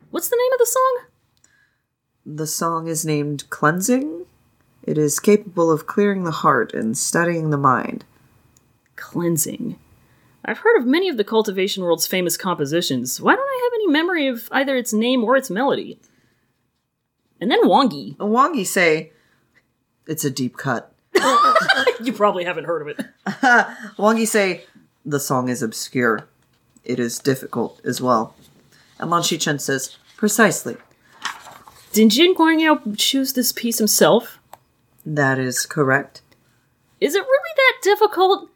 What's the name of the song?
The song is named Cleansing. It is capable of clearing the heart and studying the mind.
Cleansing. I've heard of many of the Cultivation World's famous compositions. Why don't I have any memory of either its name or its melody? And then Wangi.
Wangi say, It's a deep cut.
[laughs] You probably haven't heard of it.
Wang Yi say, the song is obscure. It is difficult as well. And Lan Shichen says, precisely.
Did Jin Guangyao choose this piece himself?
That is correct.
Is it really that difficult?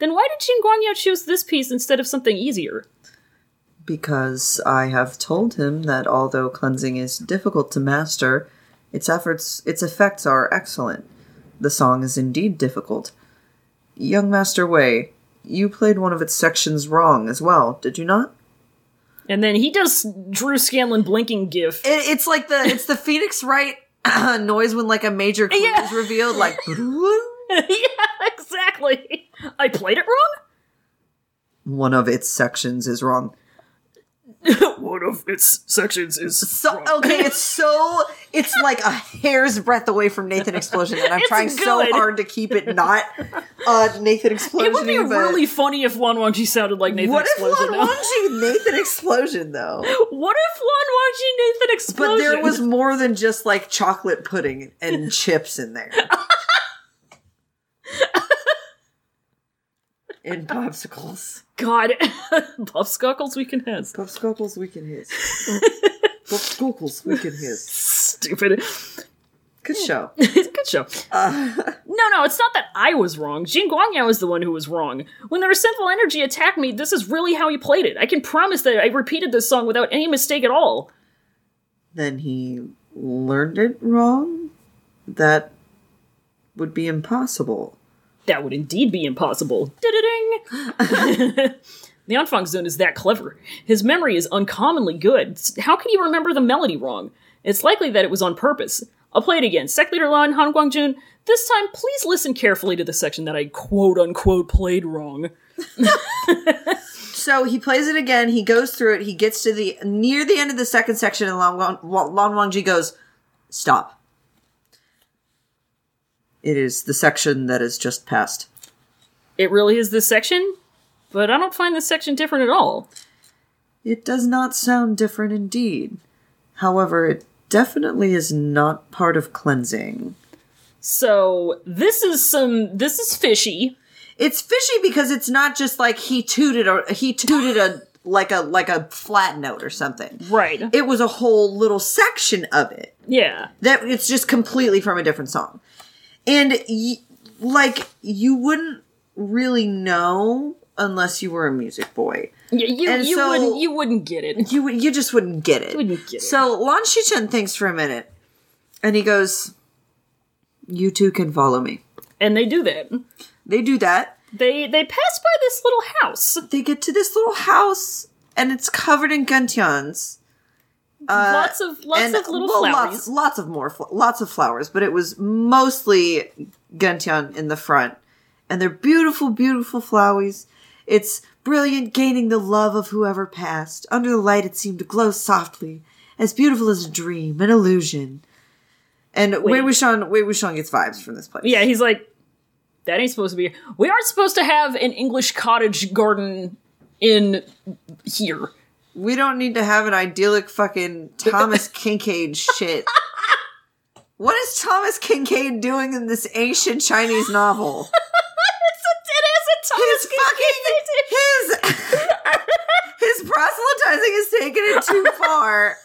Then why did Jin Guangyao choose this piece instead of something easier?
Because I have told him that although cleansing is difficult to master, its efforts its effects are excellent. The song is indeed difficult. Young Master Wei, you played one of its sections wrong as well, did you not?
And then he does Drew Scanlon blinking gif. [laughs]
It, it's like the it's the Phoenix Wright uh, noise when like a major clue
Yeah.
is revealed, like [laughs]
yeah, exactly. I played it wrong?
one of its sections is wrong.
[laughs] One of its sections is.
So okay, it's so it's like a hair's breadth away from Nathan Explosion, and I'm
It's
trying so
good.
hard to keep it not uh, Nathan Explosion.
It would be really funny if Lan Wangji sounded like Nathan
what if
Explosion.
Lan Wangji Nathan Explosion though?
[laughs] what if Lan Wangji Nathan Explosion?
But there was more than just like chocolate pudding and chips in there. and popsicles.
God, [laughs] Buffskuckles we can hiss.
Popsicles we
[laughs]
can hiss. Popsicles we can hiss.
Stupid.
Good show.
It's a good show. no, no, it's not that I was wrong. Jin Guangyao is the one who was wrong. When the resentful energy attacked me, this is really how he played it. I can promise that I repeated this song without any mistake at all.
Then he learned it wrong? That would be impossible.
That would indeed be impossible. Ding. [laughs] the Anfang Zone is that clever. His memory is uncommonly good. S- How can you remember the melody wrong? It's likely that it was on purpose. I'll play it again. Sec Leader Lan, Han Guangjun. This time, please listen carefully to the section that I quote unquote played wrong.
So he plays it again, he goes through it, he gets to the near the end of the second section, and Lan, Wang, Wa- Lan Wangji goes, Stop. It is the section that is just passed.
It really is this section, but I don't find this section different at all.
It does not sound different indeed. However, it definitely is not part of cleansing.
So this is some this is fishy.
It's fishy because it's not just like he tooted a he tooted a like a like a flat note or something.
Right.
It was a whole little section of it
yeah.
that it's just completely from a different song. And y- like you wouldn't really know unless you were a music boy.
Y- you
And
you
so-
wouldn't you wouldn't get it.
You would- you just wouldn't get it.
wouldn't get it.
So Lan Shichen thinks for a minute and he goes, "You two can follow me."
And they do that.
They do that.
They they pass by this little house.
they get to this little house and it's covered in gentians Uh,
lots of lots
and
of little
well,
flowers.
lots, lots of more fl- lots of flowers but it was mostly gentian in the front and they're beautiful beautiful flowers it's brilliant gaining the love of whoever passed under the light it seemed to glow softly as beautiful as a dream an illusion and Wei Wuxian, Wei Wuxian gets vibes from this place.
Yeah, he's like, that ain't supposed to be. We aren't supposed to have an English cottage garden in here.
We don't need to have an idyllic fucking
[laughs]
Thomas Kincaid shit. What is Thomas Kincaid doing in this ancient
[laughs]
Chinese novel?
It's a, it
His
is
fucking his
[laughs]
his [laughs] proselytizing is taking it too far.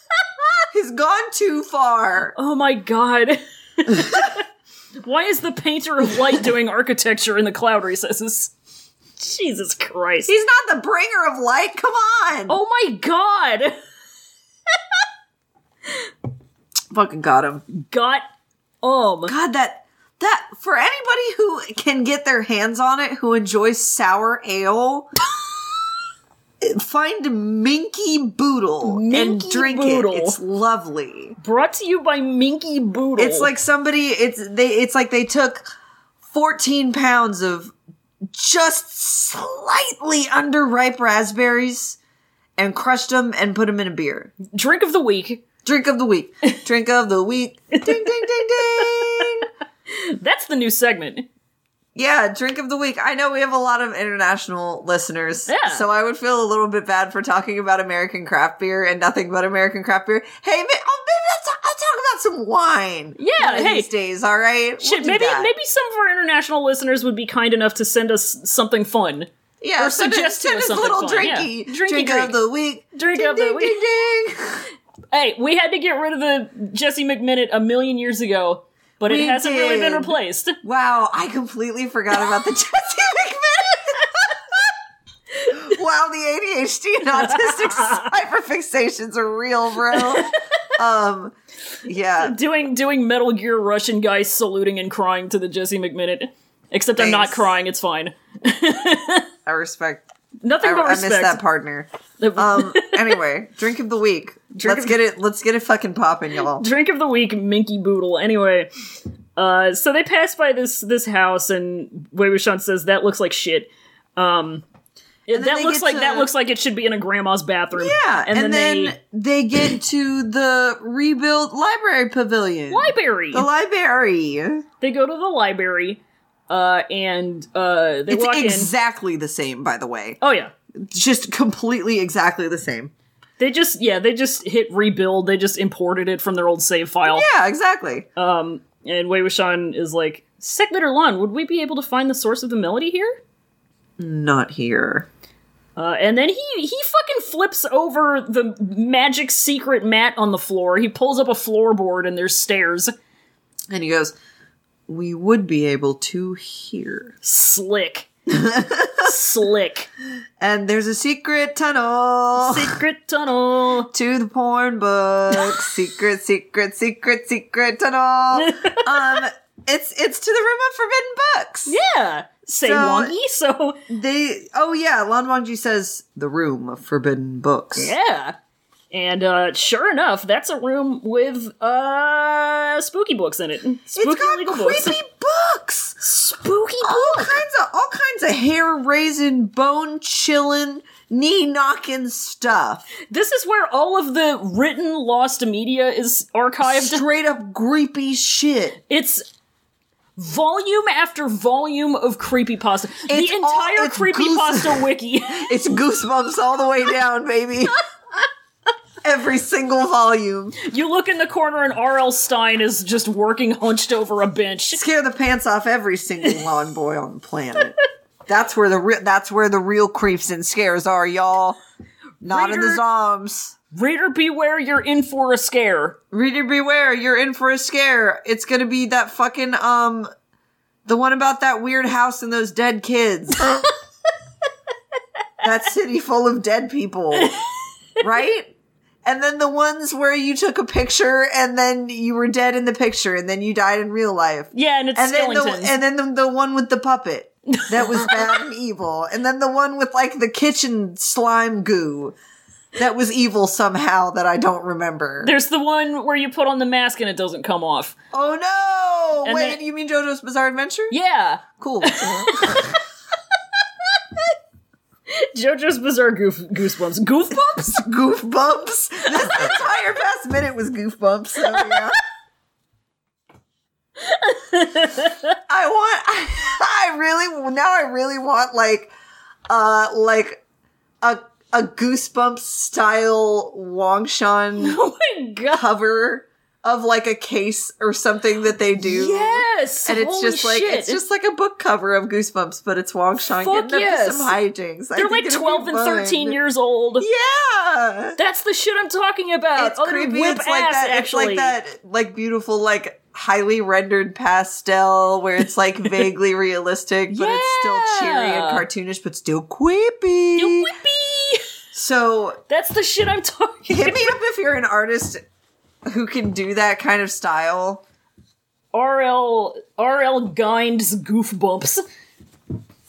He's gone too far.
Oh my god. [laughs] Why is the painter of light doing architecture in the cloud recesses? Jesus Christ.
He's not the bringer of light. Come on.
oh my god.
fucking got him.
Got um.
God, that that for anybody who can get their hands on it, who enjoys sour ale, find Minky Boodle and
Minky
drink
Boodle.
it. It's lovely.
Brought to you by Minky Boodle.
It's like somebody it's they it's like they took 14 pounds of just slightly underripe raspberries and crushed them and put them in a beer.
drink of the week.
Drink of
[laughs]
the week. Drink of the week. Ding ding ding ding.
That's the new segment.
Yeah, drink of the week. I know we have a lot of international listeners.
Yeah.
So I would feel a little bit bad for talking about American craft beer and nothing but American craft beer. Hey, ma- oh, maybe I'll, ta- I'll talk about some wine.
Yeah,
one of
hey.
these days, all right? We'll
Shit,
do
maybe
that.
maybe some of our international listeners would be kind enough to send us something fun.
yeah,
or
send us-
suggest to
send
us
us
something
little
fun, yeah.
drinky,
Drinky
drink
drink.
of the week,
Drink
ding,
of the
ding,
week. [laughs]
ding, ding.
Hey, we had to get rid of the Jesse McMinute a million years ago, but it
We
hasn't really been
did.
replaced.
Wow, I completely forgot
[laughs]
about the Jesse McMahon. wow, the ADHD
[laughs]
and autistic hyperfixations are real, bro. Um, yeah,
Doing doing Metal Gear Russian guys saluting and crying to the Jesse McMinute. Except I'm not
Thanks.
crying, it's fine.
I respect.
Nothing
I,
but
I miss
respect.
that partner.
[laughs]
Um, anyway, drink of the week. let's
of-
get it. Let's get it fucking popping, y'all.
drink of the week minky boodle anyway uh so they pass by this this house and wei wuxian says that looks like shit um it-
then
that
they
looks
get
like
to-
that looks like it should be in a grandma's bathroom
Yeah,
and, then,
they... get to the rebuilt library pavilion.
they library
The library.
they go to the library uh and uh they
It's
walk in
exactly the same, by the way.
oh yeah
just completely exactly the same.
they just yeah they just hit rebuild they just imported it from their old save file
Yeah, exactly.
and wei wuxian is like Sector Lan, would we be able to find the source of the melody here?
Not here.
Uh, and then he he fucking flips over the magic secret mat on the floor. He pulls up a floorboard and there's stairs.
And he goes, We would be able to hear. [laughs]
Slick. Slick.
And there's a
[laughs]
secret tunnel
Secret tunnel.
to the porn book. secret, secret, secret, secret tunnel.
[laughs]
um, it's it's to the room of forbidden books.
Yeah. Say
So-
wonky, so
They oh yeah, Lan Wangji says the room of forbidden books.
yeah. And uh sure enough, that's a room with uh spooky books in it. Spooky
It's got
legal
creepy
books. Oh.
books.
Spooky
all
books.
kinds of all kinds of hair raising, bone chilling, knee knocking stuff.
This is where all of the written lost media is archived.
Straight up creepy shit.
It's volume after volume of creepypasta.
It's
the
all-
entire
it's [laughs]
creepypasta wiki.
It's goosebumps all the way down, baby. Every single volume.
you look in the corner and R.L. Stein is just working hunched over a bench.
Scare the pants off every single lawn boy on the planet. That's where the re- that's where the real creeps and scares are, y'all. Not in the
Reader-
zombs.
Reader beware, you're in for a scare.
Reader beware, you're in for a scare. It's gonna be that fucking um the one about that weird house and those dead kids. that city full of dead people. Right? And then the ones where you took a picture and then you were dead in the picture and then you died in real life.
Yeah, and it's
And then, the,
skeletons.
and then the, the one with the puppet that was bad and evil. And then the one with like the kitchen slime goo that was evil somehow that I don't remember.
There's the one where you put on the mask and it doesn't come off.
Oh no!
And
Wait,
then-
you mean JoJo's Bizarre Adventure?
Yeah. [laughs]
Cool. [laughs]
JoJo's Bizarre goof- Goosebumps. [laughs] Goofbumps?
goof bumps. This entire past minute was goof bumps.
[laughs]
So yeah. I want. [laughs] I, I really now. I really want like, uh, like a a goosebumps style
[gasps]
Wangshan
oh my god.
cover of like a case or something that they do.
Yes!
and it's
Holy
just like
shit.
it's just like a book cover of Goosebumps, but it's Wong Shang
Fuck
getting up
yes.
to some hijinks. I
They're
think
like
it'll be
12 and
fun.
13 years old.
Yeah,
That's the shit I'm talking about.
it's
Other
creepy.
Whip
It's like
ass,
that.
Actually.
It's like that. Like beautiful. Like highly rendered pastel where
[laughs]
it's like vaguely realistic, but it's still cheery and
Yeah.
cartoonish, but still creepy.
You whippy. [laughs]
So
That's the shit I'm talking.
hit me up if you're an artist who can do that kind of style.
RL RL Gind's goof bumps.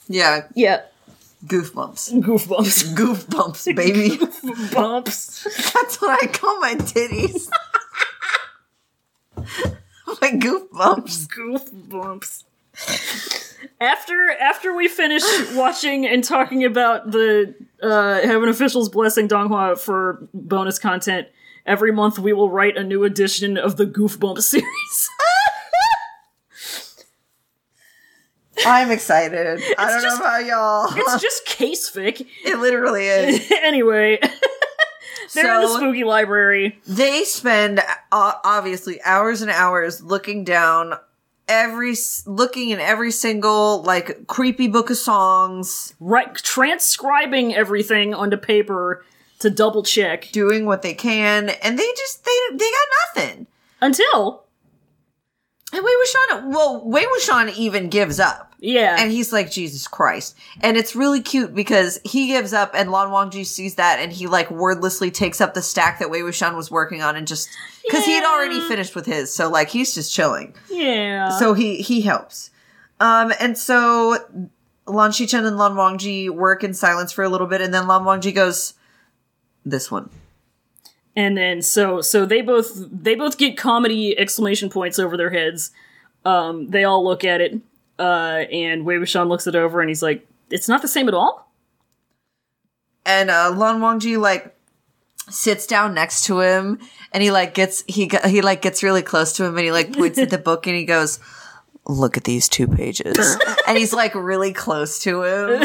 Yeah,
Yeah, [laughs]
goosebumps.
goof
[laughs]
bumps. [laughs]
Goofbumps, baby.
bumps.
That's what I call my titties. my goof bumps.
Goof bumps. After after we finish
[laughs]
watching and talking about the uh, Heaven Officials blessing Donghua for bonus content, every month we will write a new edition of the Goof Bump [laughs] series.
I'm excited. I don't
just- [laughs]
Uh-huh. know about y'all.
it's just case fic.
it literally is.
anyway, [laughs] They're in the spooky library.
they spend uh, obviously hours and hours looking down every s- looking in every single like creepy book of songs
Right, transcribing everything onto paper to double check
doing what they can and they just they they got nothing
until
and Wei Wuxian, well, Wei Wuxian even gives up.
yeah,
And he's like, Jesus Christ. And it's really cute because he gives up and Lan Wangji sees that and he like wordlessly takes up the stack that Wei Wuxian was working on and just, cause he had
Yeah.
already finished with his. So like he's just chilling.
yeah.
So he he helps. Um and so Lan Shichen and Lan Wangji work in silence for a little bit and then Lan Wangji goes this one.
and then so so they both they both get comedy exclamation points over their heads. Um, they all look at it, uh, and Wei Wuxian looks it over and he's like, "It's not the same at all."
And uh Lan Wangji like sits down next to him and he like gets he go- he like gets really close to him and he like points
[laughs]
at the book and he goes look at these two pages. and he's like really close
[laughs]
to him.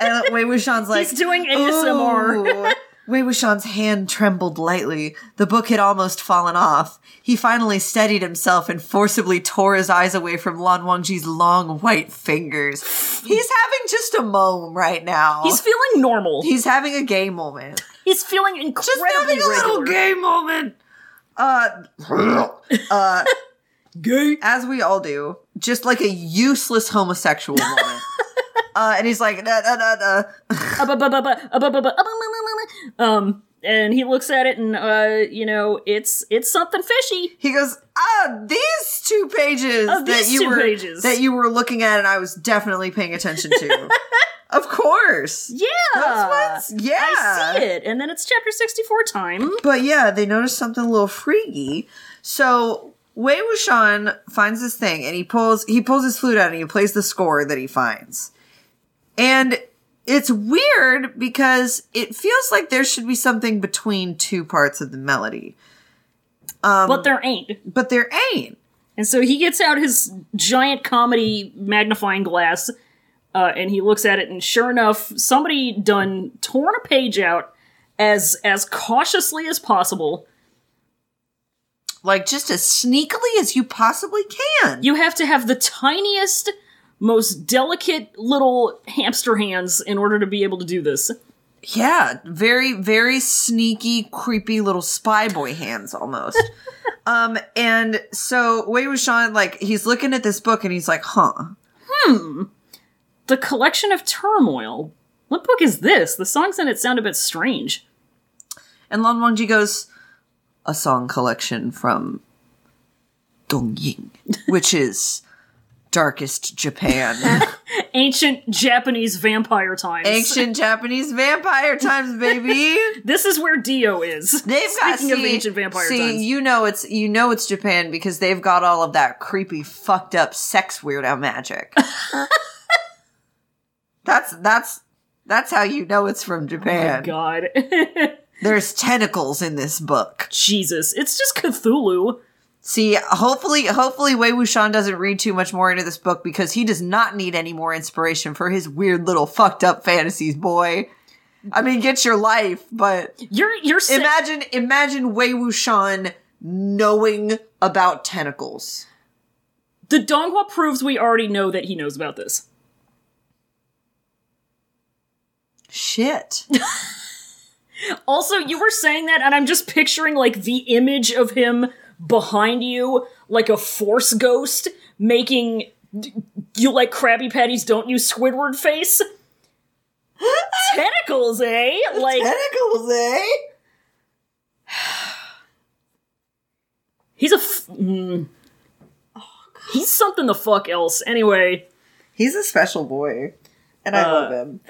And Wei Wuxian's like
He's doing ASMR.
Ooh. Wei Wuxian's hand trembled lightly. The book had almost fallen off. He finally steadied himself and forcibly tore his eyes away from Lan Wangji's long white fingers. He's having just a moan right now.
He's feeling normal.
He's having a gay moment.
He's feeling
Just
incredibly
having a little
regular.
gay moment. Uh, uh,
Gay.
as we all do, just like a useless [laughs] homosexual moment. Uh, and he's like, da, da, da, da.
Um, and he looks at it, and uh, you know, it's it's something fishy.
he goes, ah, these two pages
Oh,
that
these
you
two
were
pages."
that you were looking at, and I was definitely paying attention to. [laughs] of course,
Yeah,
Those ones? yeah,
I see it. And then it's chapter sixty-four time.
But yeah, they noticed something a little freaky. So Wei Wuxian finds this thing and he pulls he pulls his flute out and he plays the score that he finds. And it's weird because it feels like there should be something between two parts of the melody.
but there ain't.
But there ain't.
And so he gets out his giant comedy magnifying glass uh, and he looks at it, and sure enough, somebody done torn a page out as as cautiously as possible.
Like just as sneakily as you possibly can.
You have to have the tiniest, most delicate little hamster hands in order to be able to do this.
Yeah, very, very sneaky, creepy little spy boy hands almost. um, and so Wei Wuxian, like, he's looking at this book and he's like, huh.
The collection of turmoil. What book is this? The songs in it sound a bit strange.
And Lan Wangji goes, a song collection from Dong Ying, which is darkest Japan.
Ancient Japanese vampire times.
Ancient Japanese vampire times, baby.
This is where Dio is.
They've got
Speaking of
see-
ancient vampire
see,
times.
you know it's you know it's Japan because they've got all of that creepy, fucked up sex
[laughs]
weirdo magic. that's that's that's how you know it's from Japan.
Oh God. [laughs]
There's tentacles in this book.
Jesus. It's just Cthulhu.
See, hopefully, hopefully Wei Wuxian doesn't read too much more into this book because he does not need any more inspiration for his weird little fucked up fantasies, boy. I mean, get your life, but
You're you're se-
Imagine, imagine Wei Wuxian knowing about tentacles.
the Donghua proves we already know that he knows about this.
Shit.
Also, you were saying that, and I'm just picturing like the image of him behind you, like a force ghost making you like Krabby Patties. Don't you Squidward
[laughs]
face? Tentacles, eh? Like
[laughs] tentacles, eh?
he's a f- mm. he's something the fuck else. Anyway, [laughs]
He's a special boy, and I love him.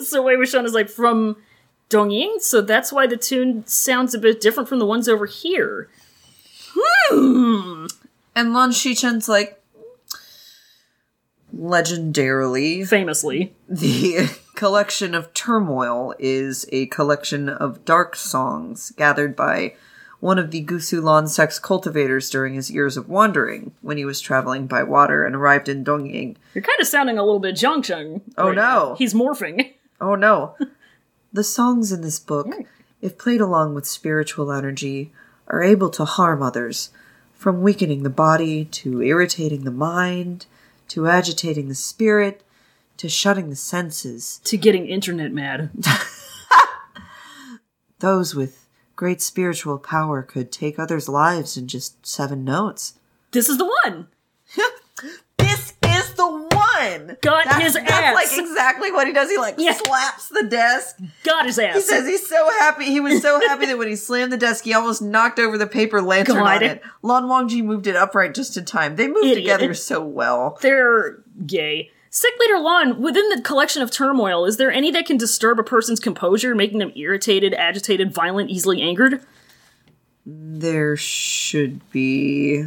so Wei Wuxian is like from Dongying, so that's why the tune sounds a bit different from the ones over here. Hmm.
And Lan Shichen's like, legendarily,
Famously.
the [laughs] collection of turmoil is a collection of dark songs gathered by one of the Gusulan sex cultivators during his years of wandering when he was traveling by water and arrived in Dongying.
You're kind of sounding a little bit Zhang Cheng.
Oh, no.
He's morphing. [laughs]
Oh no. the songs in this book if played along with spiritual energy, are able to harm others, from weakening the body to irritating the mind to agitating the spirit to shutting the senses.
to getting internet mad.
Those with great spiritual power could take others' lives in just seven notes.
This is the one.
[laughs] This is the one.
Got his ass.
That's like exactly what he does. He like
Yeah.
slaps the desk.
Got his
He
ass.
says he's so happy. He was so happy that when he slammed the desk, he almost knocked over the paper lantern
God.
on it. Lon Wangji moved it upright just in time. They moved
Idiot.
together so well.
They're gay. Sick leader Lon, within the collection of turmoil, is there any that can disturb a person's composure, making them irritated, agitated, violent, easily angered?
There should be.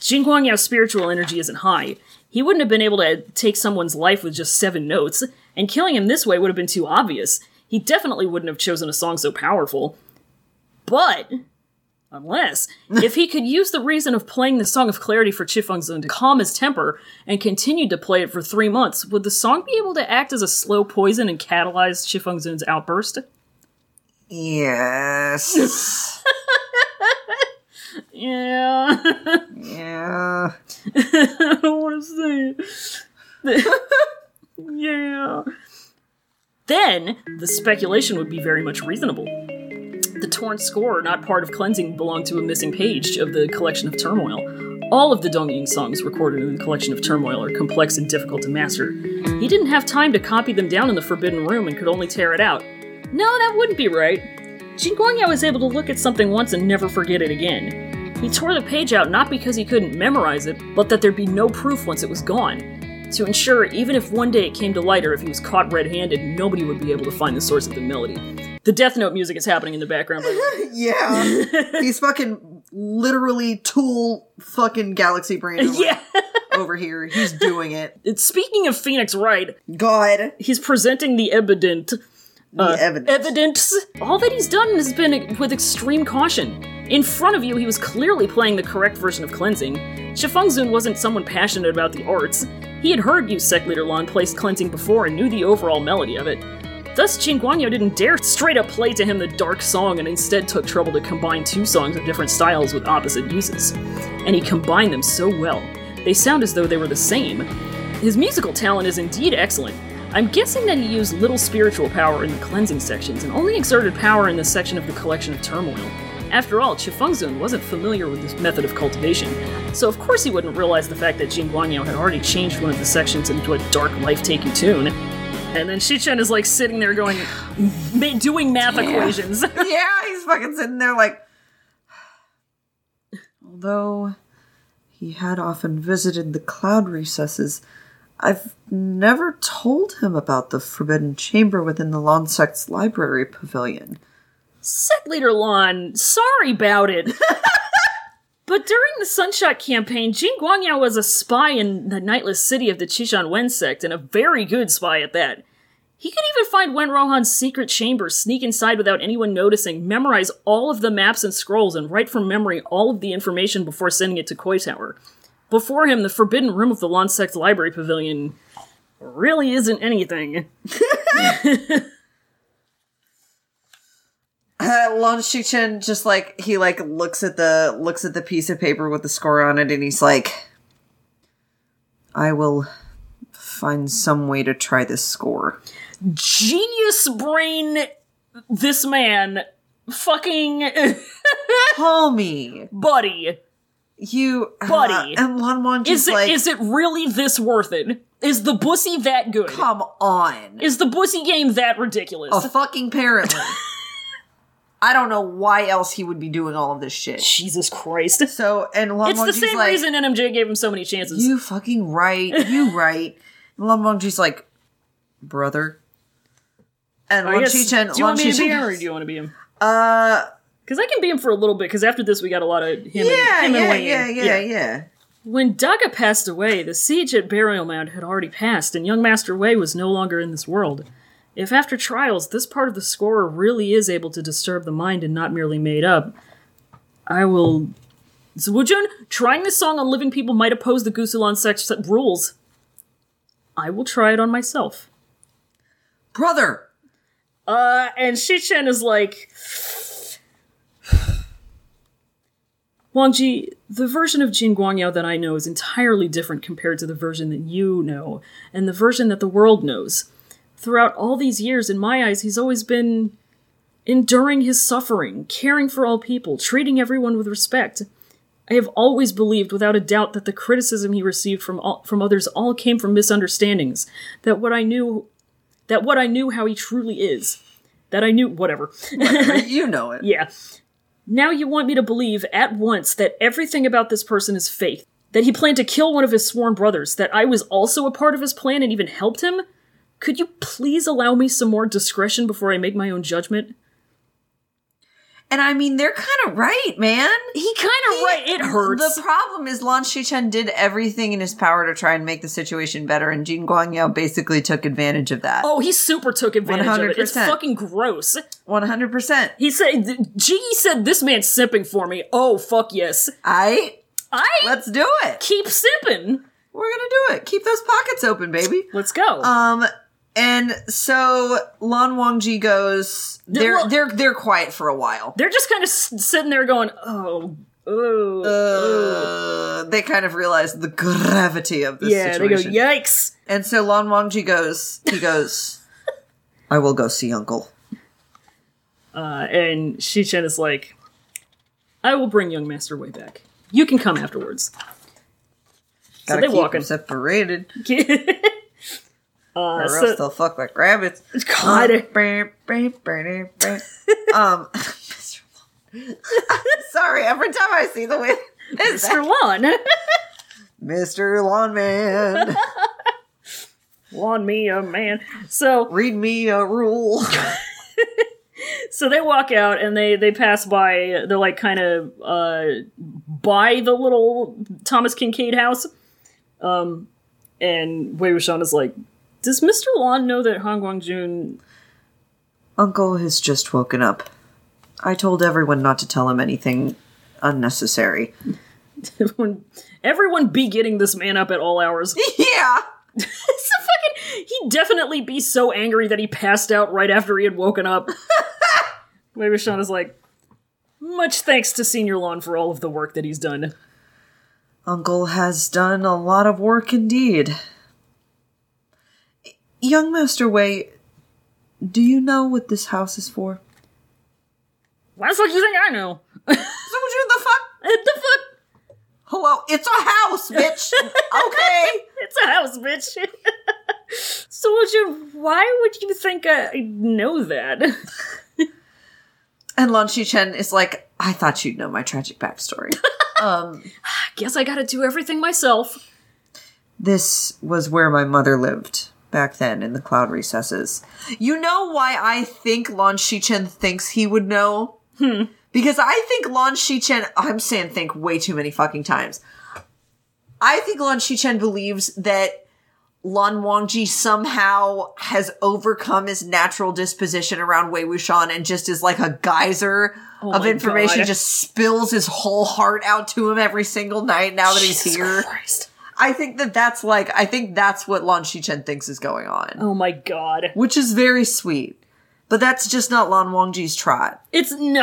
Jing Huang Yao's spiritual energy isn't high. He wouldn't have been able to take someone's life with just seven notes, and killing him this way would have been too obvious. He definitely wouldn't have chosen a song so powerful. But, unless, if he could use the reason of playing the Song of Clarity for Chifeng Zun to calm his temper and continued to play it for three months, would the song be able to act as a slow poison and catalyze Chifeng Zun's outburst? [laughs]
Yes.
Yeah.
yeah.
[laughs] I don't want to say it. [laughs] yeah. Then the speculation would be very much reasonable. The torn score, not part of cleansing, belonged to a missing page of the collection of turmoil. All of the Dongying songs recorded in the collection of turmoil are complex and difficult to master. He didn't have time to copy them down in the forbidden room and could only tear it out. No, that wouldn't be right. Jin Guangyao was able to look at something once and never forget it again. He tore the page out not because he couldn't memorize it, but that there'd be no proof once it was gone. To ensure, even if one day it came to light or if he was caught red handed, nobody would be able to find the source of the melody. The Death Note music is happening in the background, by the way. [laughs]
Yeah. He's fucking literally tool fucking galaxy brain [laughs]
Yeah.
over here. He's doing it.
It's- Speaking of Phoenix Wright,
God.
he's presenting the evident. Uh,
The evidence.
evidence. All that he's done has been e- with extreme caution. In front of you, he was clearly playing the correct version of cleansing. Shifengzun wasn't someone passionate about the arts. He had heard you, Sect Leader Lan, plays cleansing before and knew the overall melody of it. Thus, Qin Guanyo didn't dare straight up play to him the dark song and instead took trouble to combine two songs of different styles with opposite uses. And he combined them so well. They sound as though they were the same, his musical talent is indeed excellent. I'm guessing that he used little spiritual power in the cleansing sections and only exerted power in the section of the collection of turmoil. After all, Chifengzun wasn't familiar with this method of cultivation, so of course he wouldn't realize the fact that Jing Guangyao had already changed one of the sections into a dark, life-taking tune. And then Shichen is like sitting there going, ma- doing math equations. [laughs]
yeah, he's fucking sitting there like. Although he had often visited the cloud recesses, I've never told him about the forbidden chamber within the Lawn Sect's library pavilion.
Sect Leader Lon, sorry about it. [laughs] but during the Sunshot campaign, Jing Guangyao was a spy in the Nightless City of the Chishan Wen sect, and a very good spy at that. He could even find Wen Rohan's secret chamber, sneak inside without anyone noticing, memorize all of the maps and scrolls, and write from memory all of the information before sending it to Koi Tower. Before him, the forbidden room of the Lon Sect Library Pavilion really isn't anything.
Uh, Lon Shichen just like he like looks at the looks at the piece of paper with the score on it, and he's like, "I will find some way to try this score."
genius brain this man fucking
Homie,
buddy
you
Buddy.
uh, and Lon Wang
is
just
it is
like
it really this worth it is the bussy that good
Come Oh, on.
is the bussy game that ridiculous
A
[laughs]
fucking apparently. I don't know why else he would be doing all of this shit.
jesus christ
So and Lon
it's the
Wangji's
same
like,
reason nmj gave him so many chances
You fucking
[laughs]
right, you right. And Lon Wangji's like, brother. And
I
Lon
guess-
Chichen,
Oh, do you
Lon
want me to be him or do
Chichen,
you want to be him
uh,
because i can be him for a little bit because after this we got a lot of him
yeah,
and, him and
yeah,
Wayne.
yeah, yeah, yeah.
When Daga passed away, the siege at Burial Mound had already passed, and young Master Wei was no longer in this world. If after trials this part of the score really is able to disturb the mind and not merely made up, I will. Zwujun, trying this song on living people might oppose the Gusulan sect rules. I will try it on myself. [laughs]
Brother,
Uh, and Shichen is like, Wangji, the version of Jin Guangyao that I know is entirely different compared to the version that you know, and the version that the world knows. Throughout all these years, in my eyes, he's always been enduring his suffering, caring for all people, treating everyone with respect. I have always believed without a doubt that the criticism he received from all, from others all came from misunderstandings, that what I knew that what I knew how he truly is, that I knew whatever.
you know it.
Yeah. Now you want me to believe at once that everything about this person is fake, that he planned to kill one of his sworn brothers, that I was also a part of his plan and even helped him? Could you please allow me some more discretion before I make my own judgment?
And I mean, they're kind of right, man.
He kind of right. It hurts.
The problem is Lan Shichen did everything in his power to try and make the situation better, and Jin Guangyao basically took advantage of that.
oh, he super took advantage of it. It's
100%.
fucking gross.
100%.
He said, G said, this man's simping for me. Oh, fuck yes.
I
I
let's do it.
keep simping.
We're going to do it. Keep those pockets open, baby.
Let's go.
Um and so Lan Wangji goes they're
well-
they're they're quiet for a while.
They're just kind of s- sitting there going, oh, oh, oh.
Uh, they kind of realize the gravity of this
Yeah, they go,
situation.
yikes.
And so Lan Wangji goes,
[laughs]
he goes, I will go see uncle.
Uh, and Shichen is like, I will bring young master way back. You can come [laughs] afterwards.
Gotta
they
keep
walking.
them separated
Uh,
or
so-
else they'll fuck like [laughs] rabbits.
[laughs] God.
um, [laughs] miserable. Um, Sorry, every time I see the way [laughs]
Mr. Lon.
Mr. [laughs] Lawnman,
[laughs] Lon me a man. So
read me a rule.
so they walk out and they they pass by they're like kind of uh by the little Thomas Kincaid house. Um and Wei Wuxian is like, Does Mr. Lon know that Han Guangjun [laughs]
Uncle has just woken up. I told everyone not to tell him anything unnecessary.
Everyone, everyone be getting this man up at all hours.
[laughs] Yeah.
It's a fucking. He'd definitely be so angry that he passed out right after he had woken [laughs] up. Maybe Sean is like, much thanks to Senior Lawn for all of the work that he's done.
Uncle has done a lot of work indeed. Young Master Wei, do you know what this house is for?
Why the fuck do you think I know?
So would you the fuck?
What the fuck?
Hello, it's a house, bitch. okay.
It's a house, bitch. [laughs] so, would you, why would you think I I know that?
And Lan Chen is like, I thought you'd know my tragic backstory. um,
I guess I gotta do everything myself.
this was where my mother lived back then in the cloud recesses. You know why I think Lon Shichen thinks he would know?
Hmm.
Because I think Lon Shichen, I'm saying think way too many fucking times. I think Lon Shichen believes that Lon Wangji somehow has overcome his natural disposition around Wei Wuxian and just is like a geyser of
Oh my
information,
God.
just spills his whole heart out to him every single night now that he's
Jesus
here.
Christ.
I think that that's like I think that's what Lan Shichen thinks is going on,
Oh my god.
which is very sweet. But that's just not Lan Wangji's trot.
It's no.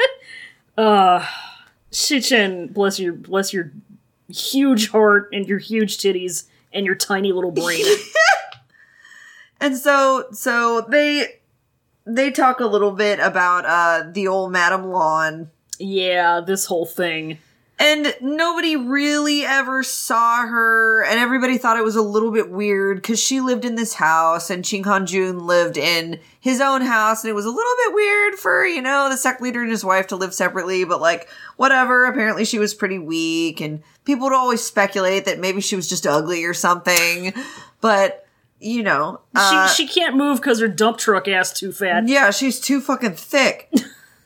[laughs] uh Shichen, bless your bless your huge heart and your huge titties and your tiny little
[laughs]
brain.
And so so they they talk a little bit about uh the old Madame Lawn.
yeah, this whole thing.
And nobody really ever saw her, and everybody thought it was a little bit weird because she lived in this house, and Ching Han Jun lived in his own house, and it was a little bit weird for, you know, the sect leader and his wife to live separately, but like, whatever. Apparently, she was pretty weak, and people would always speculate that maybe she was just ugly or something, but, you know. uh,
she she can't move cuz her dump truck ass too fat.
yeah, she's too fucking
[laughs]
thick.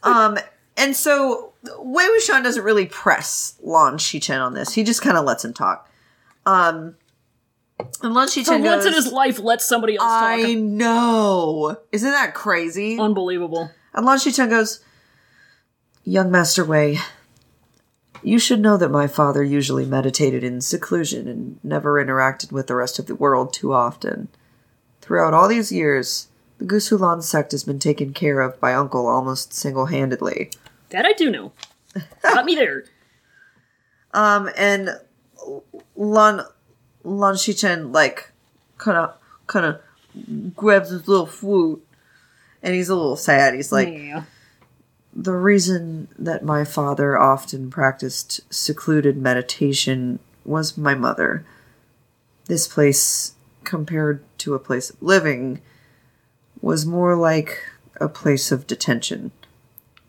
um, and so Wei Wuxian doesn't really press Lan Shichen on this. He just kind of lets him talk. Um, and Lan
For
Shichen
once
goes,
in his life, let somebody else
I
talk.
know. Isn't that crazy?
Unbelievable.
And Lan Shichen goes, Young Master Wei, you should know that my father usually meditated in seclusion and never interacted with the rest of the world too often. Throughout all these years, The Gusulan sect has been taken care of by Uncle almost single handedly.
That I do
[laughs]
know. Got me there.
Um, and Lan Lan Shichen like kind of kind of grabs his little flute, and he's a little sad. He's like,
yeah.
the reason that my father often practiced secluded meditation was my mother. This place, compared to a place of living, was more like a place of detention.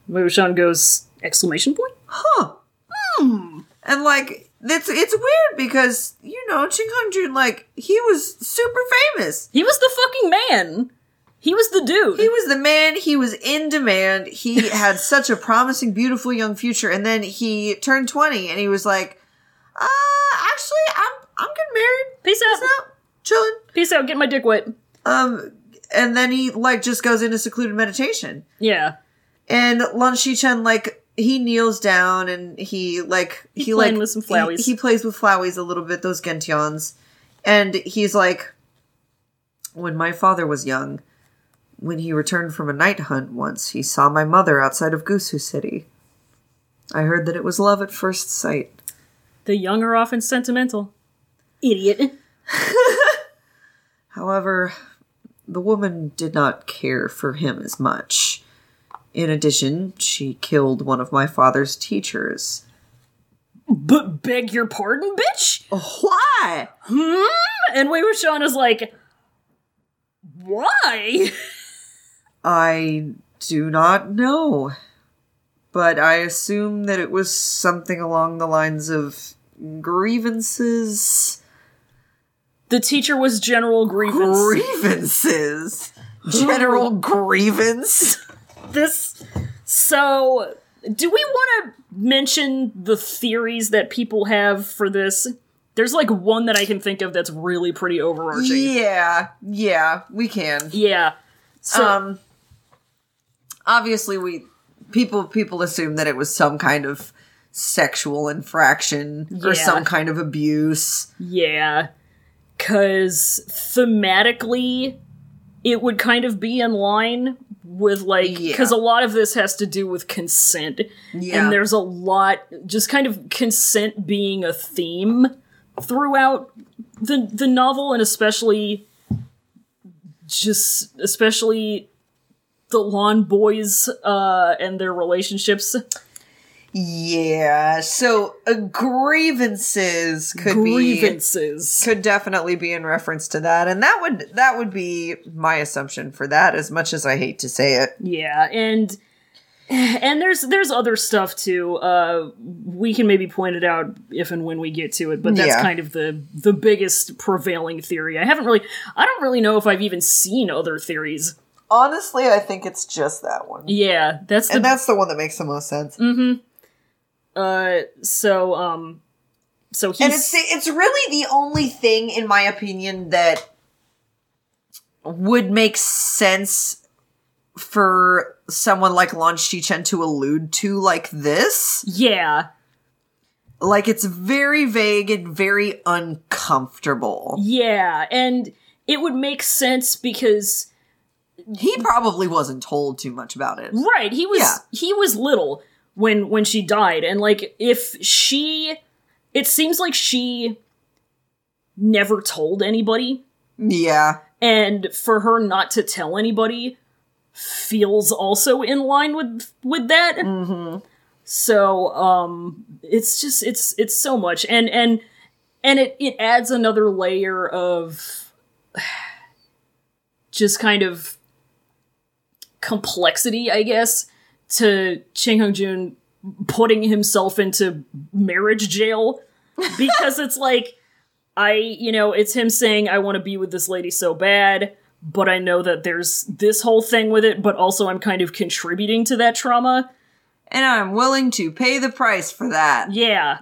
Moshan goes exclamation point.
Huh. Hmm! And like it's it's weird because you know Ching Hung Jun like he was super famous.
He was the fucking man. He was the dude.
He was the man. He was in demand. He had such a promising, beautiful young future. And then he turned twenty, and he was like, "Uh, actually, I'm I'm getting married.
Peace out.
Peace out, chilling."
Peace out. Get my dick wet.
Um, and then he like just goes into secluded meditation.
Yeah.
And Lan Shichen like he kneels down and he like he,
playing
like
with some
he-
flowies.
He, plays with flowies a little bit, those gentians, and he's like, when my father was young, when he returned from a night hunt once, he saw my mother outside of Gusu City. I heard that it was love at first sight.
The young are often sentimental. Idiot.
However, the woman did not care for him as much. In addition, she killed one of my father's teachers.
But beg your pardon, bitch?
Why?
Hmm? And Wei Wuxian is like, why?
I do not know. But I assume that it was something along the lines of grievances.
The teacher was General Grievance.
Grievances? [laughs] General grievance?
this. So, do we want to mention the theories that people have for this? There's like one that I can think of that's really pretty overarching.
Yeah, yeah, we can.
Yeah. So,
um obviously we people people assume that it was some kind of sexual infraction or
Yeah.
some kind of abuse.
yeah. Because thematically, it would kind of be in line with like.
Yeah.
Because a lot of this has to do with consent.
Yeah.
And there's a lot, just kind of consent being a theme throughout the the novel, and especially just especially the lawn boys uh, and their relationships.
Yeah. So uh, grievances could be
grievances.
could definitely be in reference to that, and that would that would be my assumption for that. As much as I hate to say it,
Yeah, and and there's there's other stuff too. Uh, we can maybe point it out if and when we get to it, but that's
Yeah.
kind of the the biggest prevailing theory. I haven't really, I don't really know if I've even seen other theories.
honestly, I think it's just that one,
Yeah, that's the
and that's the one that makes the most sense.
uh so um so
and it's
he's
it's really the only thing in my opinion that would make sense for someone like Lon Shichen to allude to like this.
yeah
Like it's very vague and very uncomfortable.
yeah and it would make sense because
He probably wasn't told too much about it.
right he was
Yeah.
he was little when when she died and like if she it seems like she never told anybody
Yeah.
and for her not to tell anybody feels also in line with with that so um it's just it's it's so much and and and it it adds another layer of [sighs] just kind of complexity i guess to ching hung jun putting himself into marriage jail because it's like I, you know, it's him saying, I want to be with this lady so bad, but I know that there's this whole thing with it, but also I'm kind of contributing to that trauma.
And I'm willing to pay the price for that.
Yeah.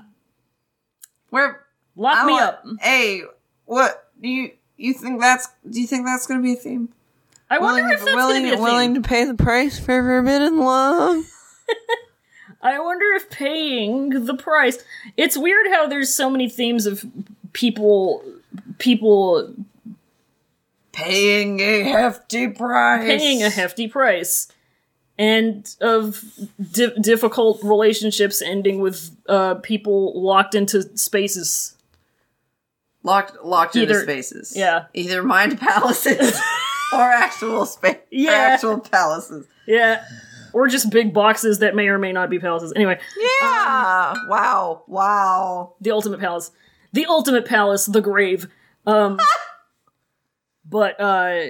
Where
Lock
I
me
want-
up.
Hey, what do you you think that's do you think that's gonna be a theme?
I wonder if that's going to be a
willing
thing.
to pay the price for forbidden love.
I wonder if paying the price. It's weird how there's so many themes of people people
paying a hefty price.
paying a hefty price and of di- difficult relationships ending with uh, people locked into spaces
locked locked
Either-
into spaces.
yeah.
either
[laughs]
mind palaces or actual space.
Yeah.
actual palaces.
yeah or just big boxes that may or may not be palaces anyway
Yeah. Ah, wow. Wow.
the ultimate palace the ultimate palace the grave um [laughs] but uh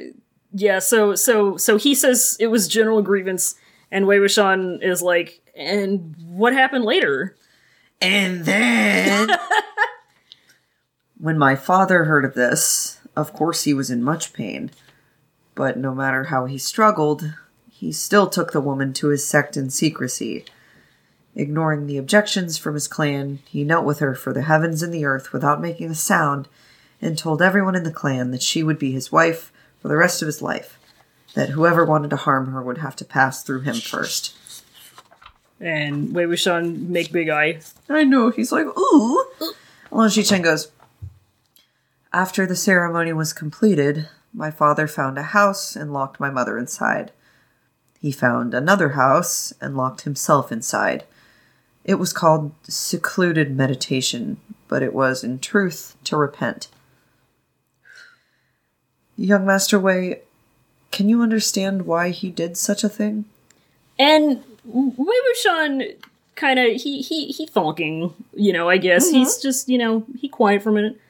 yeah so so so he says it was general grievance and Wei Wuxian is like and what happened later
And then, when my father heard of this, of course he was in much pain. But no matter how he struggled, he still took the woman to his sect in secrecy. Ignoring the objections from his clan, he knelt with her for the heavens and the earth without making a sound and told everyone in the clan that she would be his wife for the rest of his life, that whoever wanted to harm her would have to pass through him first.
and Wei Wuxian make big eye
I know. He's like, ooh. Alon Shichen goes, After the ceremony was completed, my father found a house and locked my mother inside. He found another house and locked himself inside. It was called secluded meditation, but it was, in truth, to repent. Young Master Wei, can you understand why he did such a thing?
And Wei Wuxian kind of he he he thonking, you know. I guess
Mm-hmm.
he's just you know he quiet for a minute.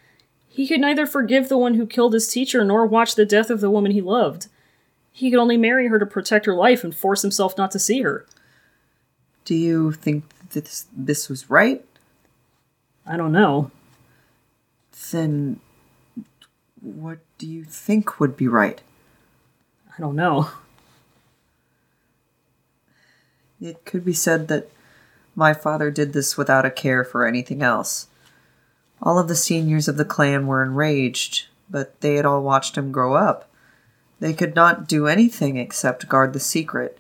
He could neither forgive the one who killed his teacher nor watch the death of the woman he loved. He could only marry her to protect her life and force himself not to see her.
Do you think this, this was right?
I don't know.
then what do you think would be right?
I don't know.
It could be said that my father did this without a care for anything else. All of the seniors of the clan were enraged, but they had all watched him grow up. They could not do anything except guard the secret,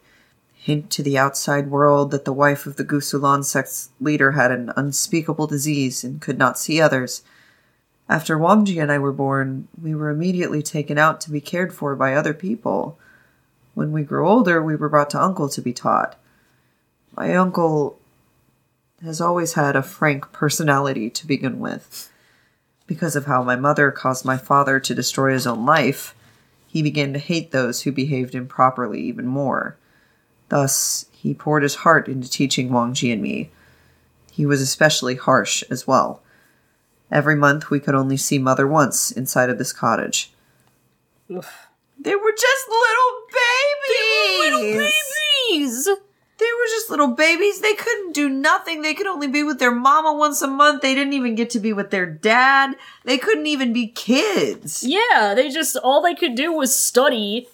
hint to the outside world that the wife of the Gusulan sect's leader had an unspeakable disease and could not see others. After Wangji and I were born, we were immediately taken out to be cared for by other people. When we grew older, we were brought to Uncle to be taught. My uncle has always had a frank personality to begin with. Because of how my mother caused my father to destroy his own life, he began to hate those who behaved improperly even more. Thus, he poured his heart into teaching Wang Ji and me. He was especially harsh as well. Every month, we could only see mother once inside of this cottage.
Ugh.
They were just little babies!
Babies.
They were just little babies. They couldn't do nothing. They could only be with their mama once a month. They didn't even get to be with their dad. They couldn't even be kids.
Yeah, they just all they could do was study,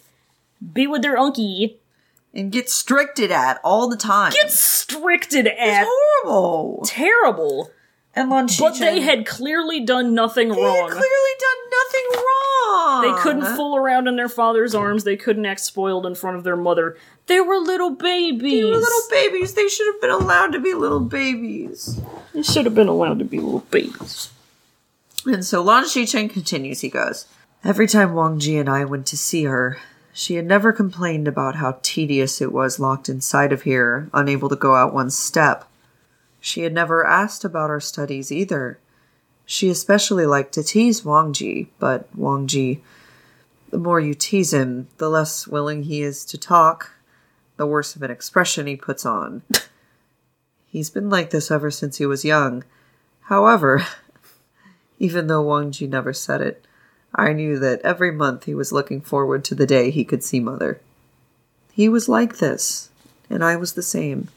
be with their unky,
And get stricted at all the time.
get stricted at.
it's horrible.
Terrible.
And Lon
But they
Shichen-
had clearly done nothing
They had
wrong.
clearly done nothing wrong.
They couldn't fool around in their father's arms. They couldn't act spoiled in front of their mother. They were little babies.
They were little babies. They should have been allowed to be little babies.
They should have been allowed to be little babies.
And so Lan Shichen continues, he goes, Every time Wang Ji and I went to see her, she had never complained about how tedious it was locked inside of here, unable to go out one step. She had never asked about our studies either. She especially liked to tease Wang Ji, but Wang Ji, the more you tease him, the less willing he is to talk, the worse of an expression he puts on. He's been like this ever since he was young. However, even though Wang Ji never said it, I knew that every month he was looking forward to the day he could see Mother. He was like this, and I was the same.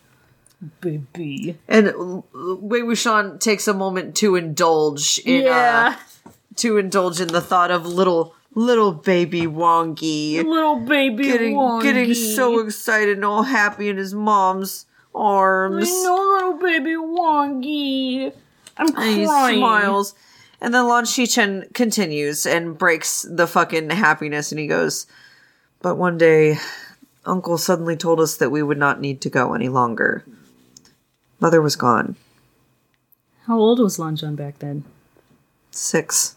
Baby.
And uh, Wei Wuxian takes a moment to indulge in
yeah.
uh, to indulge in the thought of little little baby Wongi
little baby
getting
Wongi.
getting so excited and all happy in his mom's
I
arms.
know, little baby Wongi. I'm
And he
crying.
smiles. And then Lan Shichen continues and breaks the fucking happiness and he goes, But one day, Uncle suddenly told us that we would not need to go any longer. Mother was gone.
How old was Lanjan back then?
Six.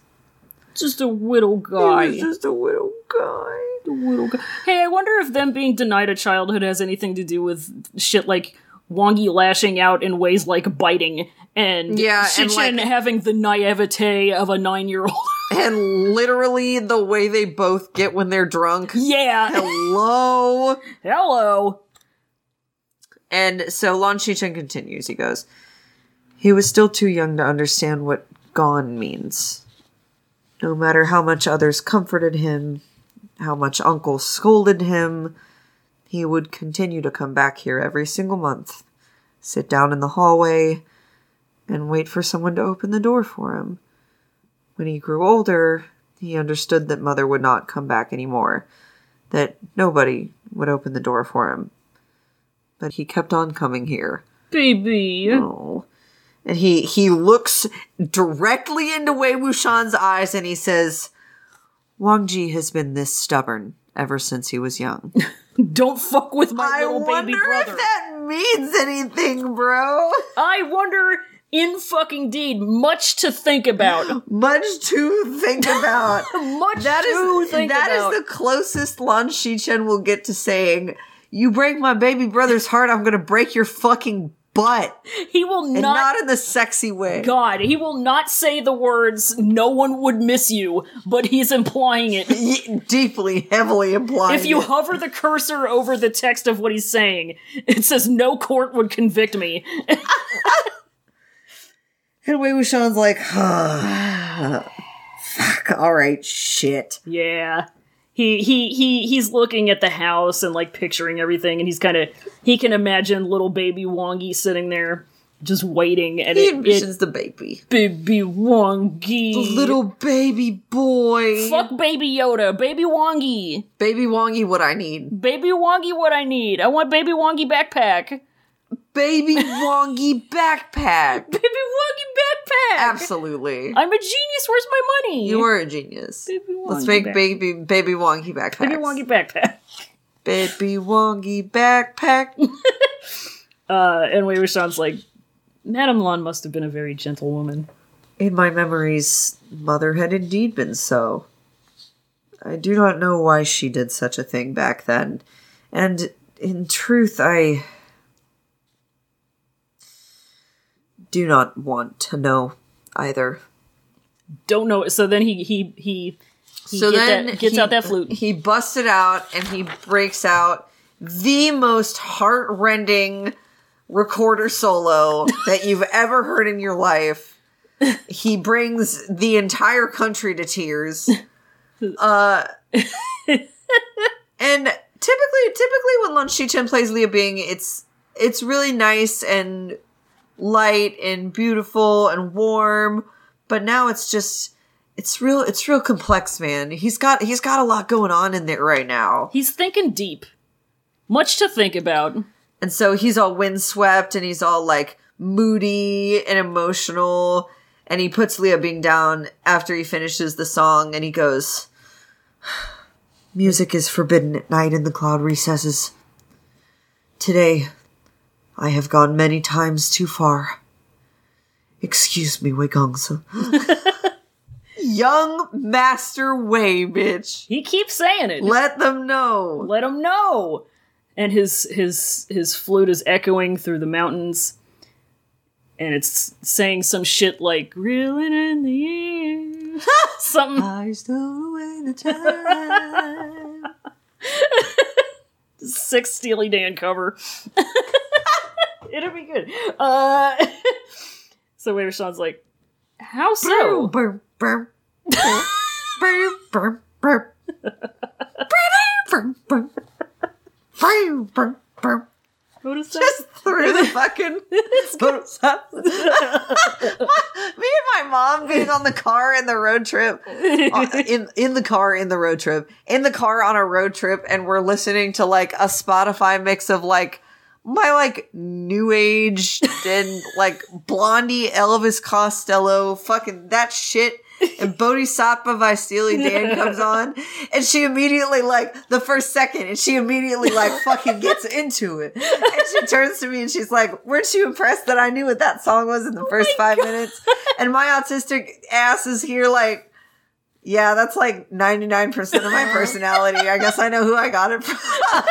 Just a little
He
guy.
was just a little guy.
The little guy. Hey, I wonder if them being denied a childhood has anything to do with shit like Wongi lashing out in ways like biting and
Yeah, and,
Shichen
like-
having the naivete of a nine year old.
And literally the way they both get when they're drunk.
[laughs] yeah.
Hello.
Hello.
And so Lan Shichen continues. He goes, He was still too young to understand what gone means. No matter how much others comforted him, how much Uncle scolded him, he would continue to come back here every single month, sit down in the hallway, and wait for someone to open the door for him. When he grew older, he understood that Mother would not come back anymore, that nobody would open the door for him but he kept on coming here.
Baby.
Oh. And he he looks directly into Wei Wuxian's eyes and he says, Wang Ji has been this stubborn ever since he was young.
Don't fuck with [laughs] my
I
little baby
wonder
brother.
if that means anything, bro.
I wonder in fucking deed, much to think
[gasps]
about.
Much to
[laughs]
think about.
Much
That
to
is
think
that is
about.
the closest Lan Shichen will get to saying, You break my baby brother's heart, I'm gonna break your fucking butt.
he will
And
not
not in the sexy way.
God, he will not say the words "No one would miss you," but he's implying it.
Ye- deeply, heavily implying.
If you
it.
hover the cursor over the text of what he's saying, it says "No court would convict me."
[laughs] and Wei Wuxian's like, [sighs] huh, fuck, all right, shit.
yeah, he he he he's looking at the house and like picturing everything, and he's kind of he can imagine little baby Wongi sitting there just waiting, and
He
it, it
envisions the baby,
baby Wongi,
the little baby boy,
fuck baby Yoda, baby Wongi,
baby Wongy. What I need,
baby Wongi, what I need, I want baby Wongi backpack. [laughs]
baby Wongy backpack.
Baby Wonky backpack.
Absolutely,
I'm a genius. Where's my money?
you are a genius.
Baby Wongy
Let's make
back-
baby baby Wongy backpack.
Baby Wonky backpack.
baby Wongy backpack.
Uh, and Wei Wuxian's like, Madame Lan must have been a very gentle woman.
In my memories, mother had indeed been so. I do not know why she did such a thing back then, and in truth, I do not want to know either.
Don't know. So then he he he, he get that, gets
he-
out that flute.
He busts it out and he breaks out the most heartrending recorder solo that you've ever heard in your life. He brings the entire country
[laughs]
to tears. Uh, and typically, typically when Lun Shichen plays Lia Bing, it's it's really nice and light and beautiful and warm. But now it's just it's real it's real complex, man. He's got he's got a lot going on in there right now.
He's thinking deep. Much to think about.
And so he's all windswept and he's all like moody and emotional. And he puts Leah Bing down after he finishes the song and he goes, Music is forbidden at night in the cloud recesses. Today, I have gone many times too far. Excuse me, Wei Gongsa. Young Master Wei, bitch.
He keeps saying it.
Let them know.
Let him know. And his his his flute is echoing through the mountains, and it's saying some shit like "reeling in the air," [laughs] something
I stole away the time. [laughs]
six Steely Dan
[laughs]
cover. It'll be good. Uh, [laughs] so Waiter Sean's like, how so?
Burr, burr, burr, burr, burr, burr. Burr, burr, burr, burr, burr.
What is that?
Just through the [laughs] fucking. [laughs] Me and my mom being on the car in the road trip, [laughs] Uh, in in the car in the road trip, in the car on a road trip, and we're listening to like a Spotify mix of like my like new age and like Blondie, Elvis Costello, fucking that shit. And Bodhisattva by Steely Dan comes on, and she immediately like the first second, and she immediately like fucking gets into it. And she turns to me and she's like, "Weren't you impressed that I knew what that song was in the first five minutes?" And my autistic ass is here like, Yeah, that's like 99%
[laughs]
of my personality. I guess I know who I got it from.
[laughs]
uh,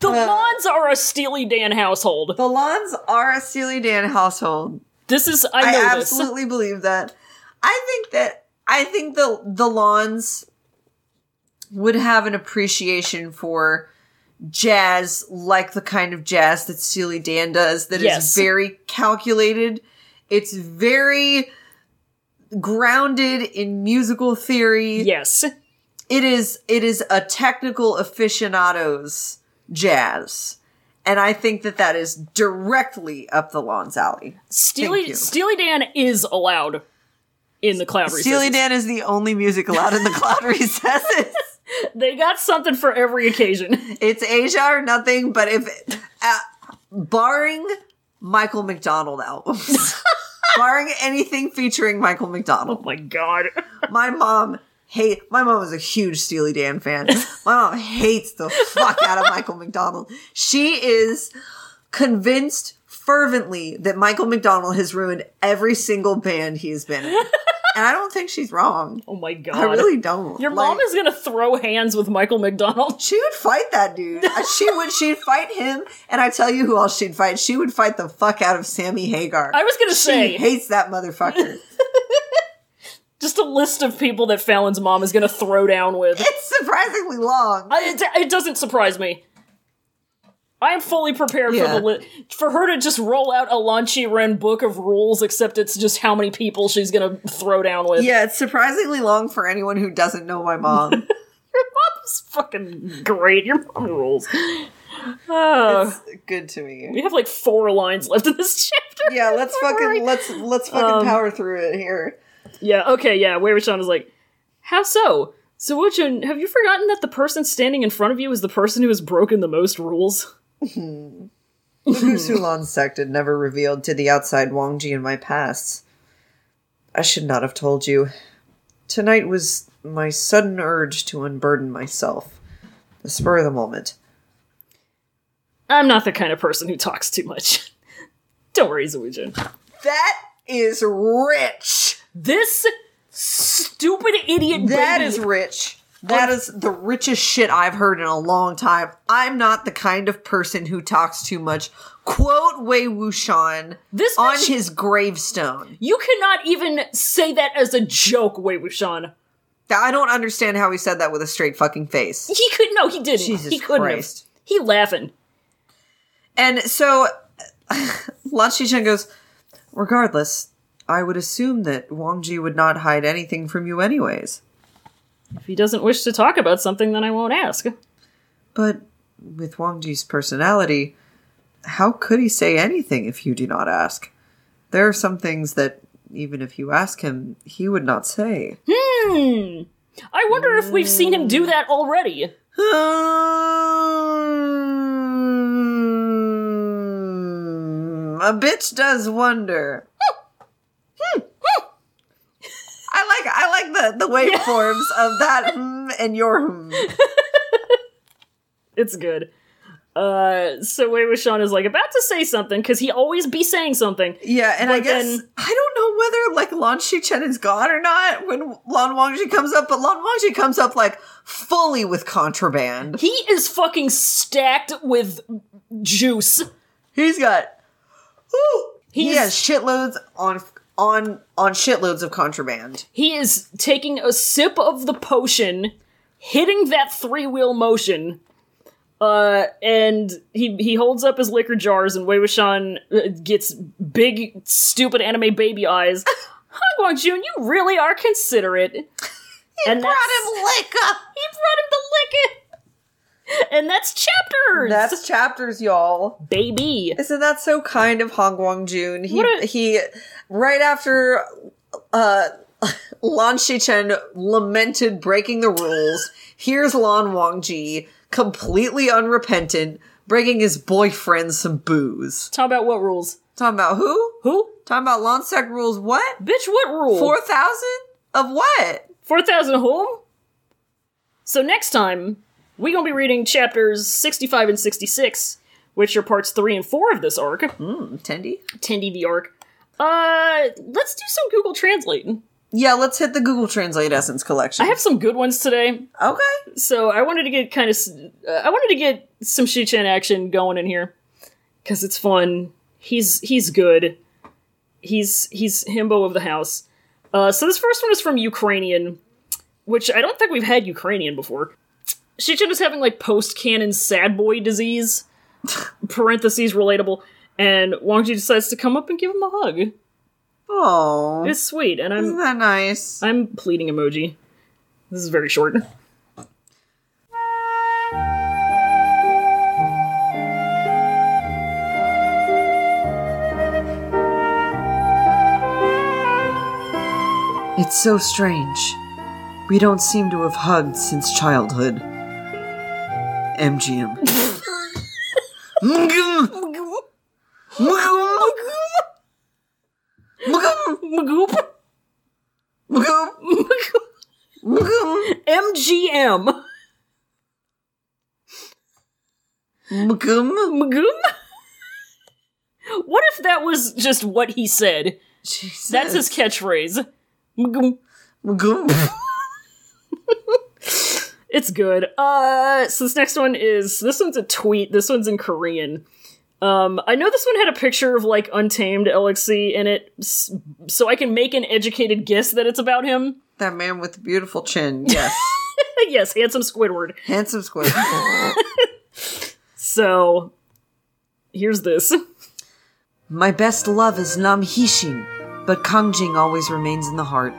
The Lawns are a Steely Dan household.
the Lawns are a Steely Dan household.
This is I
I,
know this.
absolutely believe that. I think that I think the the Lawns would have an appreciation for jazz like the kind of jazz that Steely Dan does that is
Yes.
very calculated. It's very grounded in musical theory.
Yes.
it is it is a technical aficionados jazz and i think that that is directly up the lawn's alley
Steely
you.
Steely Dan is allowed in the cloud
steely
recesses.
dan is the only music allowed in the [laughs] cloud recesses
They got something for every occasion. [laughs]
it's asia or nothing but if uh, barring michael mcdonald [laughs] albums barring anything featuring michael mcdonald
Oh my god.
my mom hate my mom was a huge Steely Dan fan.
[laughs]
My mom hates the fuck out of Michael McDonald. She is convinced fervently that Michael McDonald has ruined every single band he has been
[laughs]
in. And I don't think she's wrong.
Oh my god.
I really don't.
Your
Like,
mom is gonna throw hands with Michael McDonald. [laughs]
she would fight that dude. She would she'd fight him and I tell you who else she'd fight. She would fight the fuck out of Sammy Hagar.
I was gonna
she
say
hates that
[laughs]
motherfucker.
just a list of people that Fallon's mom is gonna throw down with.
it's surprisingly long.
I, it, it doesn't surprise me. I am fully prepared
Yeah.
for the li- for her to just roll out a Lanchi Ren book of rules, except it's just how many people she's gonna throw down with.
Yeah, it's surprisingly long for anyone who doesn't know my [laughs] mom.
Your mom's fucking great. Your mom rules. Uh,
good to me.
we have like four lines left in this [laughs] chapter.
Yeah, let's
Alright.
fucking let's let's fucking power through it here.
Yeah, okay, yeah. Where Sean is like, how so? So, Wojin, have you forgotten that the person standing in front of you is the person who has broken the most rules?
The Gusulan sect had never revealed to the outside Wangji in my past. I should not have told you. Tonight was my sudden urge to unburden myself. The spur of the moment.
I'm not the kind of person who talks too much. [laughs] Don't worry, Zuijin.
That is rich.
This stupid idiot
That
lady-
is rich. That is the richest shit I've heard in a long time. I'm not the kind of person who talks too much. Quote Wei Wuxian
This
on
bitch-
his gravestone.
You cannot even say that as a joke, Wei Wuxian.
I don't understand how he said that with a straight fucking face.
He could no, he didn't.
Jesus
he couldn't. have.
Christ.
He laughing.
And so [laughs] Lan Shishan goes, Regardless, I would assume that Wang Ji would not hide anything from you anyways.
If he doesn't wish to talk about something, then I won't ask.
But with Wang Ji's personality, how could he say anything if you do not ask? There are some things that, even if you ask him, he would not say.
Hmm. I wonder if we've seen him do that already.
Hmm, A bitch does wonder. Hmm. I like I like the the waveforms of that hmm and your hmm.
It's good. Uh, so Wei Wuxian is like about to say something because he always be saying something.
Yeah, and I
But
guess
then-
I don't know whether like Lan Chen is gone or not when Lan Wangji comes up, but Lan Wangji comes up like fully with contraband.
He is fucking stacked with juice.
He's got ooh, he
He's-
has shitloads on on on shitloads of contraband.
He is taking a sip of the potion, hitting that three wheel motion, uh, and he he holds up his liquor jars, and Wei Wuxian uh, gets big, stupid anime baby [laughs] eyes. Hong Guang Jun, you really are [laughs] considerate. and
brought
that's-
him liquor.
He brought him the liquor, and that's chapters,
That's chapters, y'all.
baby.
Isn't that so kind of Hong Guang Jun? He
What a-
he right after uh [laughs] Lan Shichen lamented breaking the rules, here's Lan Wangji completely unrepentant, bringing his boyfriend some booze.
Talk about what rules?
Talking about who?
Who?
Talking about Lan Sec rules what?
Bitch, what rule?
Four thousand? Of what?
Four thousand home. So next time we gonna be reading chapters sixty-five and sixty-six, which are parts three and four of this arc,
Mm, Tendy?
Tendy the arc. Uh, let's do some Google translating.
Yeah, let's hit the Google Translate Essence collection.
I have some good ones today.
okay.
So I wanted to get kind of, s- uh, I wanted to get some Shuchan action going in here because it's fun. He's he's good. He's he's himbo of the house. Uh, so this first one is from Ukrainian, which I don't think we've had Ukrainian before. Shuchan is having like post canon sad boy disease. [laughs] parentheses relatable, and Wangji decides to come up and give him a hug.
Oh,
It's sweet, and
isn't
I'm
that nice?
I'm pleading emoji. This is very short.
It's so strange. We don't seem to have hugged since childhood. MGM. Mgum. Mgum. Mgum.
Magoop. [laughs]
Mgum. Mgum.
MGM.
Mgum.
Magoom? What if that was just what he said?
Jesus.
That's his catchphrase. Magoom.
Mgum.
It's good. Uh, so this next one is this one's a tweet. This one's in Korean. Um, I know this one had a picture of like untamed LXC in it, s- so I can make an educated guess that it's about him. [laughs]
That man with the beautiful chin. Yes.
yes, handsome Squidward.
Handsome squid.
So here's this. [laughs]
My best love is Namhishin, but Kangjing always remains in the heart.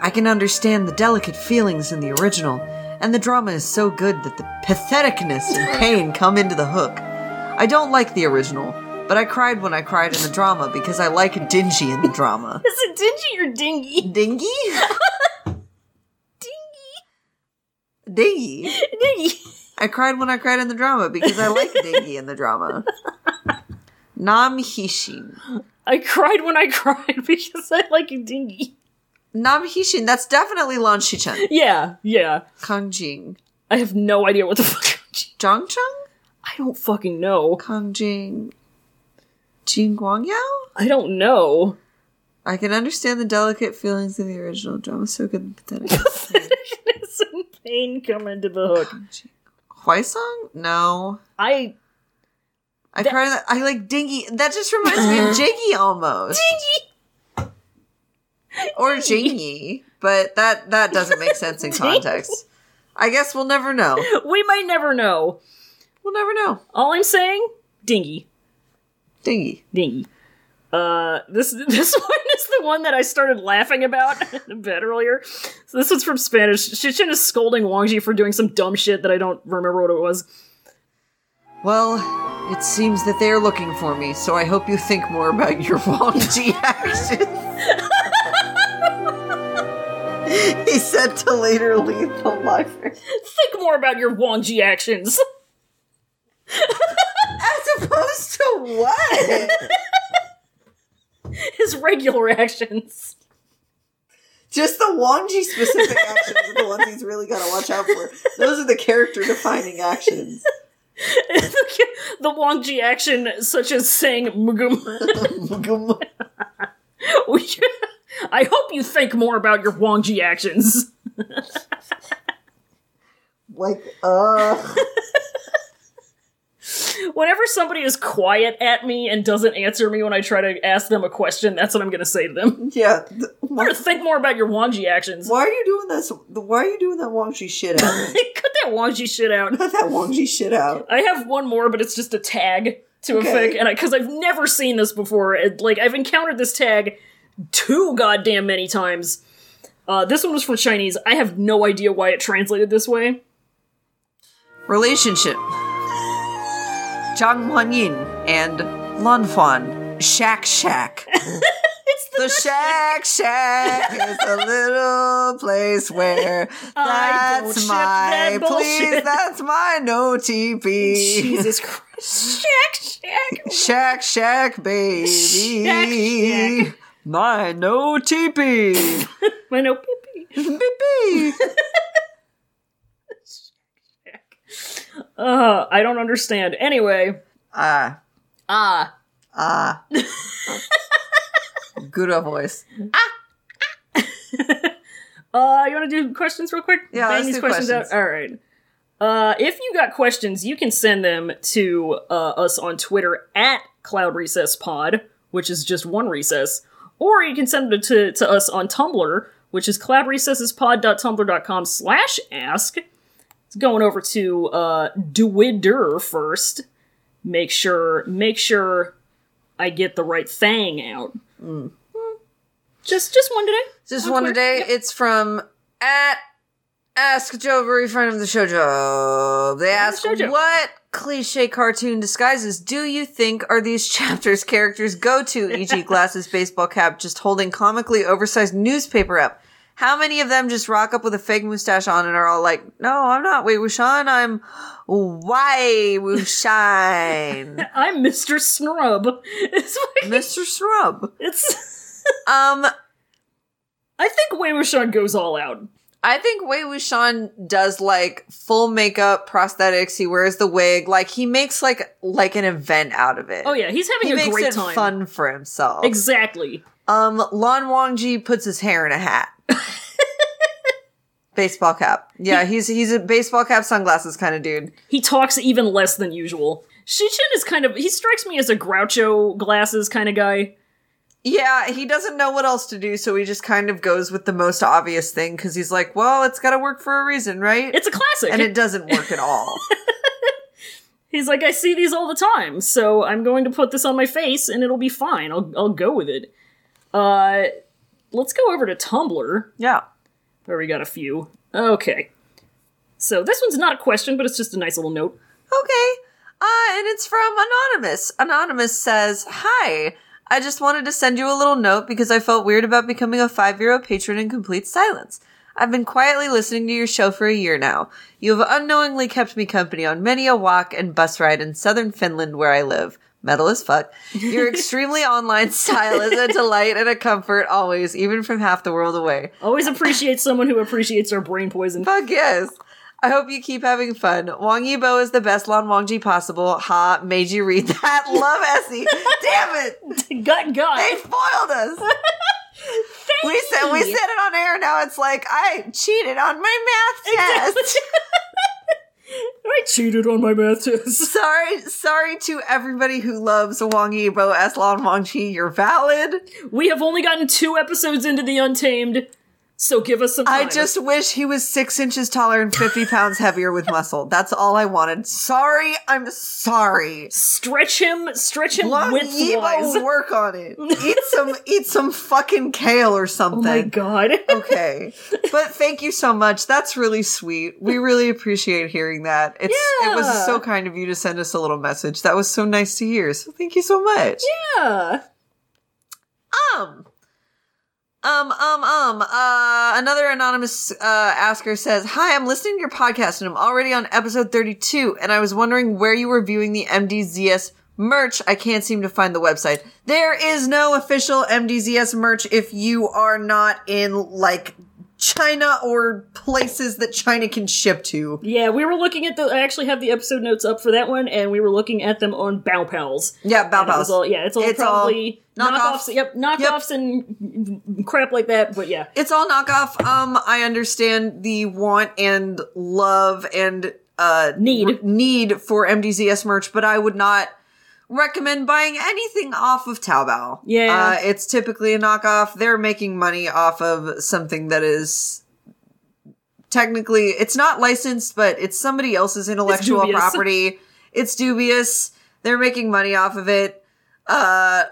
I can understand the delicate feelings in the original, and the drama is so good that the patheticness and pain come into the hook. I don't like the original, but I cried when I cried in the drama because I like dingy in the drama.
Is it dingy or dingy?
Dingy? Dingy. Dingy.
Dingy.
I cried when I cried in the drama because I like dingy in the drama. Namhishin.
I cried when I [laughs] cried because I like a dingy.
Namhishin, that's definitely Lan Shichen.
Yeah, yeah.
Kangjing.
I have no idea what the [laughs] fuck.
Zhangcheng?
I don't fucking know.
Kangjing. Jing Guangyao?
I don't know. [laughs]
I can understand the delicate feelings of the original drama, so good and pathetic.
Some pain coming to the hook.
Kangjing. Huaisong? No.
I
I cried. in the- I like dingy. That just reminds me of Jiggy almost. Or Jingy, but that that doesn't make sense in context. I guess we'll never know.
we might never know.
We'll never know.
All I'm saying, dingy,
Dingy.
dingy. Uh, this [laughs] this one is the one that I started laughing about [laughs] a bit earlier. So this one's from Spanish. Shichen is scolding Wangji for doing some dumb shit that I don't remember what it was.
Well, it seems that they are looking for me, so I hope you think more about your [laughs] Wang Ji actions. he said to later leave the library.
Think more about your Wangji actions. [laughs]
As opposed to what?
his regular [laughs] actions.
Just the Wang Ji specific actions are the ones he's really got to watch out for. Those are the character defining actions. [laughs]
the Wangji action, such as saying "mugum." [laughs] We- I hope you think more about your Wangji actions.
like, uh.
Whenever somebody is quiet at me and doesn't answer me when I try to ask them a question, that's what I'm going to say to them.
Yeah. th-
I'm
Why,
going to think more about your Wangji actions. [laughs]
why are you doing this? Why are you doing that Wang Ji shit out?
Cut that Wangji shit out.
Cut that Wang Ji shit out.
I have one more, but it's just a tag to
Okay.
a fic, and because I've never seen this before, it, like I've encountered this tag too goddamn many times. Uh, this one was from Chinese. I have no idea why it translated this way.
relationship. Zhang Huanyin and Lan Fan.
[laughs]
Shack Shack. the Shack Shack is a little place where
[laughs] I don't
that's
ship
my
that
please,
bullshit.
that's my no
[laughs]
TP.
Jesus Christ, shack, shack.
Shack Shack baby.
Shack,
My
[laughs]
no TP.
I know. pee, pee.
Beep, beep.
Uh, I don't understand. Anyway,
Ah,
ah,
ah. Gouda voice.
Uh, you want to do questions real quick?
Yeah, let's do questions.
out. All right. Uh, if you got questions, you can send them to uh, us on Twitter at Cloud Recess Pod, which is just one recess, or you can send them to, to us on Tumblr, which is cloudrecessespod.tumblr.com slash ask. It's going over to uh, Dwidder first. Make sure, make sure I get the right thing out.
Mm.
Hmm. Just, just one today.
Just
On
one
Twitter,
today.
yep.
It's from at Ask Jovery, friend of the show Joe. They ask,
Jojo.
what cliche cartoon disguises do you think are these [laughs] chapters characters go to, [laughs] e.g. glasses, baseball cap, just holding comically oversized newspaper up? How many of them just rock up with a fake mustache on and are all like, no, I'm not Wei Wuxian, I'm [gasps] Wai [laughs] Wuxian,
I'm Mr. Snrub. [laughs] It's like
Mr. Shrub.
it's. [laughs]
Um,
I think Wei Wuxian goes all out.
I think Wei Wuxian does like full makeup, prosthetics. He wears the wig. Like he makes like like an event out of it.
Oh yeah, he's having
he
a
makes
great
it
time.
fun for himself.
Exactly.
um, Lon Wangji puts his hair in
[laughs]
a hat. baseball cap. Yeah, he's he's a baseball cap, sunglasses kind of dude.
He talks even less than usual. Shichen is kind of he strikes me as a Groucho glasses kind of guy.
Yeah, he doesn't know what else to do, so he just kind of goes with the most obvious thing because he's like, well, it's got to work for a reason, right?
It's a classic.
and it doesn't work
[laughs]
at all.
He's like, I see these all the time, so I'm going to put this on my face and it'll be fine. I'll I'll go with it. Uh, let's go over to Tumblr.
yeah.
where we got a few. Okay. So this one's not a question, but it's just a nice little note.
Okay. Uh, and it's from Anonymous. Anonymous says, Hi, I just wanted to send you a little note because I felt weird about becoming a five euro patron in complete silence. I've been quietly listening to your show for a year now. You have unknowingly kept me company on many a walk and bus ride in southern Finland where I live. Metal as fuck. Your extremely online style is a delight and a comfort always, even from half the world away.
Always appreciate someone who appreciates our brain poison.
Fuck yes. I hope you keep having fun. Wang Yibo is the best Lan Wangji possible. Ha, made you read that. [laughs] Love Essie. Damn it.
Gut
They
gut.
spoiled us. we said we said it on air. Now it's like I cheated on my
[laughs]
math test.
I cheated on my math test.
sorry, sorry to everybody who loves Wang Yibo as Lan Wangji. You're valid.
We have only gotten two episodes into the Untamed, so give us some time.
I just wish he was six inches taller and 50 pounds heavier with muscle. That's all I wanted. Sorry, I'm sorry.
stretch him, stretch him
Long
width wise.
Yibo, work
[laughs]
on it. Eat some, eat some fucking kale
Oh
or
my
something.
god. [laughs]
okay, but thank you so much. That's really sweet. We really appreciate hearing that. It's it was
Yeah.
so kind of you to send us a little message. That was so nice to hear. So thank you so much.
yeah.
Um. Um, um, um, uh, another anonymous, uh, asker says, Hi, I'm listening to your podcast and I'm already on episode 32 and I was wondering where you were viewing the MDZS merch. I can't seem to find the website. There is no official MDZS merch if you are not in, like, China or places that China can ship to.
Yeah, we were looking at the I actually have the episode notes up for that one, and we were looking at them on Bow Pals.
Yeah, Bao
And it was
Bao's.
all- yeah, it's all
It's all
probably knockoffs.
knockoffs.
Yep, knockoffs and crap like that. But yeah,
it's all knockoff. Um, I understand the want and love and uh
Need.
r- need for MDZS merch, but I would not recommend buying anything off of Taobao.
Yeah.
uh, it's typically a knockoff. They're making money off of something that is technically it's not licensed, but it's somebody else's intellectual
dubious. [laughs]
property. It's dubious. They're making money off of it. Uh,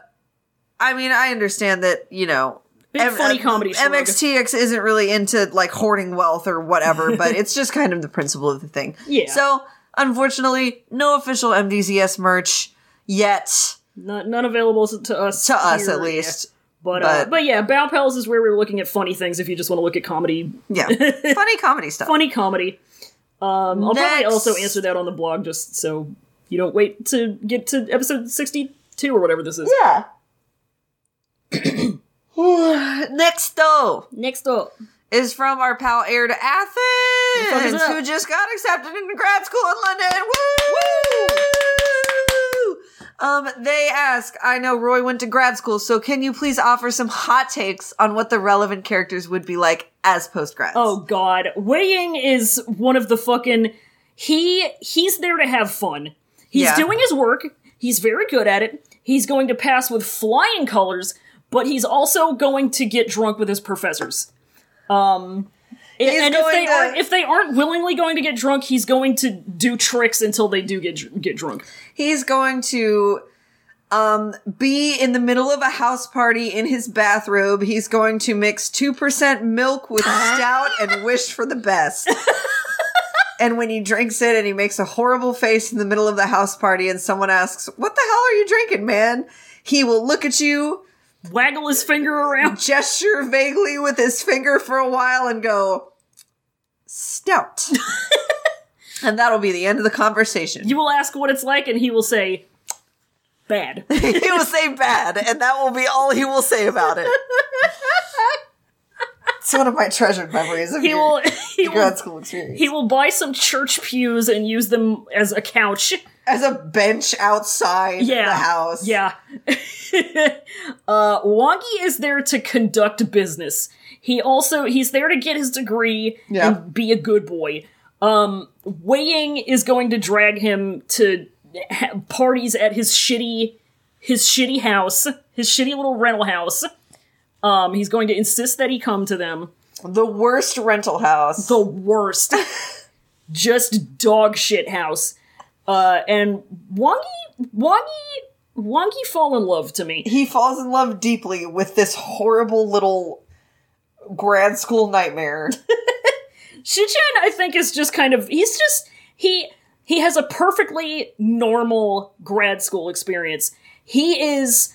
I mean, I understand that you know
big
M- uh,
funny
M-
comedy. shrug.
MXTX isn't really into like hoarding wealth
[laughs]
or whatever, but it's just kind of the principle of the thing.
Yeah.
So unfortunately, no official MDZS merch yet
Not, none available to, to us.
to us,
here
at
yet. [laughs]
least.
But
but-
uh, but yeah, Bow Pals is where we were looking at funny things. If you just want to look at comedy,
Yeah, funny comedy stuff.
funny comedy. Um, I'll probably
Next.
also answer that on the blog just so you don't wait to get to episode sixty-two or whatever this is.
Yeah. [clears throat] Next though
Next up,
is from our pal Air to
fuck is
Athens,
up?
who just got accepted into grad school in London. Woo! Um, they ask, I know Roy went to grad school, so can you please offer some hot takes on what the relevant characters would be like as post grads?
Oh god, weighing is one of the fucking he he's there to have fun. He's
Yeah.
doing his work. He's very good at it. He's going to pass with flying colors, but he's also going to get drunk with his professors. Um and-
He's
and if
going
they
to-
aren't if they aren't willingly going to get drunk, he's going to do tricks until they do get dr- get drunk.
He's going to um be in the middle of a house party in his bathrobe. He's going to mix 2% milk with stout and wish for the best. and when he drinks it and he makes a horrible face in the middle of the house party and someone asks, "What the hell are you drinking, man?" He will look at you,
Waggle his finger around.
gesture vaguely with his finger for a while and go, "Stout." and that'll be the end of the conversation.
You will ask what it's like and he will say bad.
he will say bad, and that will be all he will say about it. it's one of my treasured memories of
He
your
will [laughs] he will
grad school experience.
He will buy some church pews and use them as a couch.
As a bench outside
Yeah.
the house.
Yeah. [laughs] uh, Wonky is there to conduct business. He also he's there to get his degree
Yeah.
and be a good boy. Um, weighing is going to drag him to ha- parties at his shitty his shitty house, his shitty little rental house. Um, he's going to insist that he come to them.
The worst rental house.
the
[laughs]
worst. Just dog shit house. Uh, and Wongi, Wongi, Wongi fall in love to me.
he falls in love deeply with this horrible little grad school nightmare.
Shichun, I think, is just kind of, he's just, he, he has a perfectly normal grad school experience. He is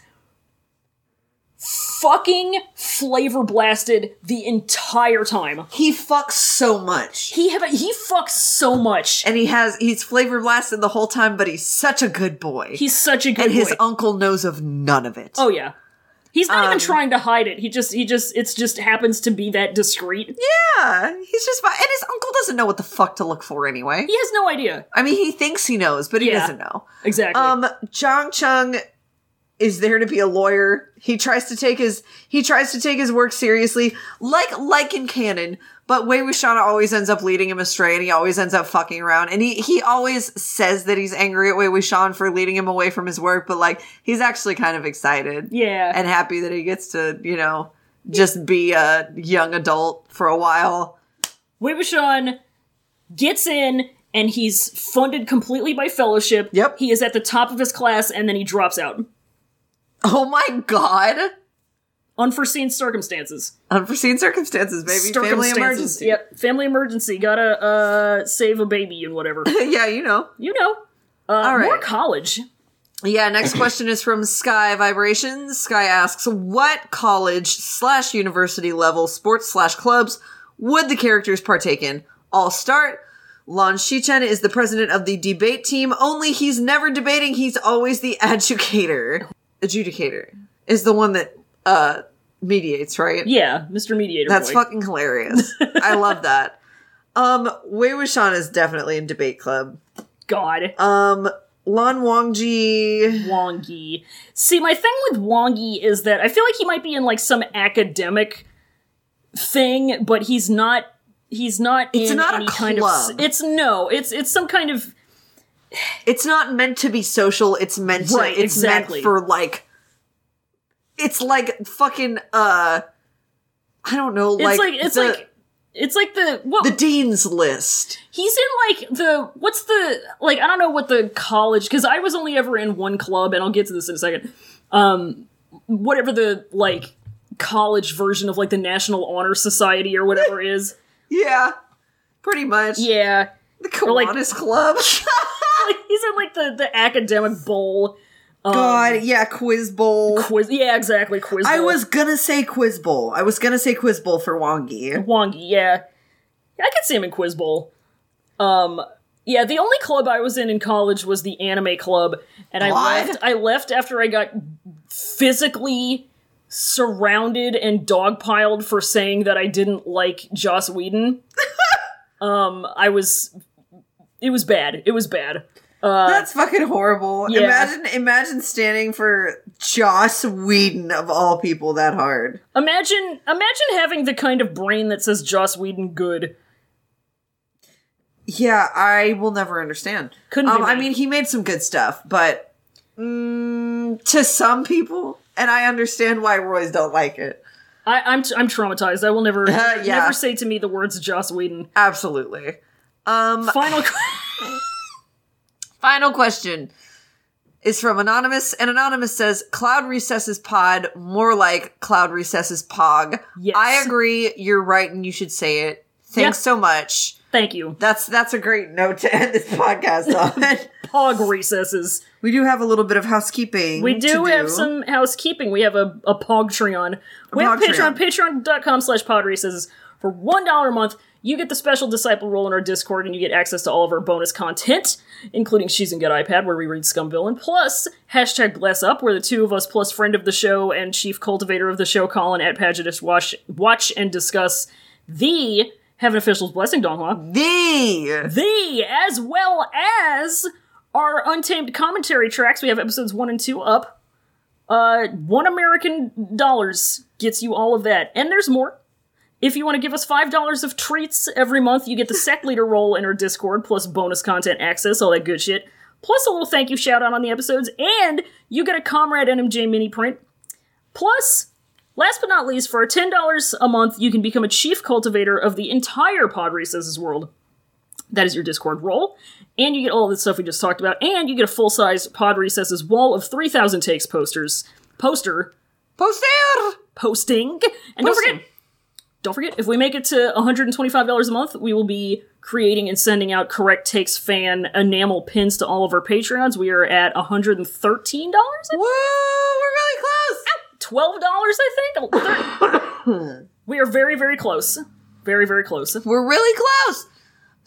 fucking flavor blasted the entire time.
he fucks so much.
He have he fucks so much.
And he has he's flavor blasted the whole time, but he's such a good boy.
He's such a good
and his
boy.
uncle knows of none of it.
Oh yeah. He's not
Um,
even trying to hide it. He just he just it's just happens to be that discreet.
Yeah, he's just fine. And his uncle doesn't know what the fuck to look for anyway.
He has no idea.
I mean, he thinks he knows, but he
Yeah.
doesn't know.
Exactly.
Um, Chong Chung is there to be a lawyer. He tries to take his he tries to take his work seriously, like like in canon. But Wei Wushana always ends up leading him astray, and he always ends up fucking around. And he he always says that he's angry at Wei Wuxian for leading him away from his work, but like he's actually kind of excited
yeah.
and happy that he gets to you know just be a young adult for a while.
Wibishon gets in and he's funded completely by fellowship.
Yep.
He is at the top of his class and then he drops out.
Oh my god!
Unforeseen circumstances.
Unforeseen circumstances, baby.
circumstances.
Family emergency.
Yep. Family emergency. Gotta uh save a baby and whatever.
[laughs] yeah, you know.
you know. Uh,
right.
More college.
Yeah. Next question is from Sky Vibrations. Sky asks, "What college slash university level sports slash clubs would the characters partake in?" All start. Lon Shichen is the president of the debate team. Only he's never debating. He's always the [laughs] adjudicator. Adjudicator is the one that uh mediates, right?
Yeah, Mr. Mediator.
That's
boy.
fucking hilarious. I
[laughs]
love that. Um, Wei Wuxian is definitely in debate club.
God.
Um, Lan Wangji.
Wongi. See, my thing with Wongi is that I feel like he might be in like some academic thing, but he's not. He's not.
It's
in
not a
any kind
club.
of. It's no. It's it's some kind of
It's not meant to be social. It's meant to.
Right,
it's
exactly.
meant for like. It's like fucking. Uh, I don't know. Like
it's like it's
the,
like it's like the what
the dean's list.
he's in like the what's the like I don't know what the college because I was only ever in one club and I'll get to this in a second. Um, whatever the like college version of like the National Honor Society or
[laughs]
whatever is.
Yeah, pretty much.
Yeah.
The
like- [laughs]
Kiwanis Club. [laughs]
like he's in like the the academic bowl
God, yeah, Quiz Bowl.
quiz. Yeah, exactly. Quiz.
I
bowl.
was gonna say Quiz Bowl. I was gonna say Quiz Bowl for Wongi.
Wongi. Yeah, I could see him in quiz bowl. Um. Yeah, the only club I was in in college was the anime club, and I
What?
left. I left after I got physically surrounded and dogpiled for saying that I didn't like Joss
[laughs]
Whedon. um, I was. It was bad. It was bad. Uh,
That's fucking horrible.
yeah.
Imagine imagine standing for Joss Whedon of all people that hard.
imagine imagine having the kind of brain that says Joss Whedon good.
Yeah, I will never understand.
Couldn't be
um, I
me.
mean, he made some good stuff, but mm, to some people, and I understand why Roy's don't like it.
I, I'm t- I'm traumatized. I will never
Uh, yeah.
never say to me the words Joss Whedon.
Absolutely. Um,
Final. qu-
Final question is from Anonymous, and Anonymous says, Cloud Recesses Pod, more like Cloud Recesses Pog.
Yes.
I agree, you're right, and you should say it. Thanks
Yeah.
so much.
Thank you.
That's that's a great note to end this podcast on.
Pog recesses.
[laughs] we do have a little bit of housekeeping.
We do
to
have some housekeeping. We have a, a Pogtreon. We have
Pogtreon.
Patreon, patreon.com slash podreases. For $1 a month, you get the special Disciple role in our Discord, and you get access to all of our bonus content, including She's and Get iPad, where we read Scumvillain, plus hashtag Bless Up, where the two of us, plus friend of the show and chief cultivator of the show, Colin at Pagetist, watch, watch and discuss the Heaven Official's Blessing Donghua
the
the as well as our untamed commentary tracks. We have episodes one and two up. Uh, one American dollars gets you all of that, and there's more. If you want to give us five dollars of treats every month, you get the sec leader role in our Discord, plus bonus content access, all that good shit, plus a little thank you shout out on the episodes, and you get a Comrade NMJ mini print. Plus, last but not least, for ten dollars a month, you can become a chief cultivator of the entire Pod Recesses world. That is your Discord role. And you get all the stuff we just talked about. And you get a full size Pod Recesses wall of 3,000 takes posters. Poster.
poster.
Posting. And don't
Posting.
forget, don't forget, if we make it to $125 a month, we will be creating and sending out Correct Takes fan enamel pins to all of our Patreons. We are at $113?
Woo! We're really close.
$12, I think? Thir- we are very, very close. Very, very close.
We're really close.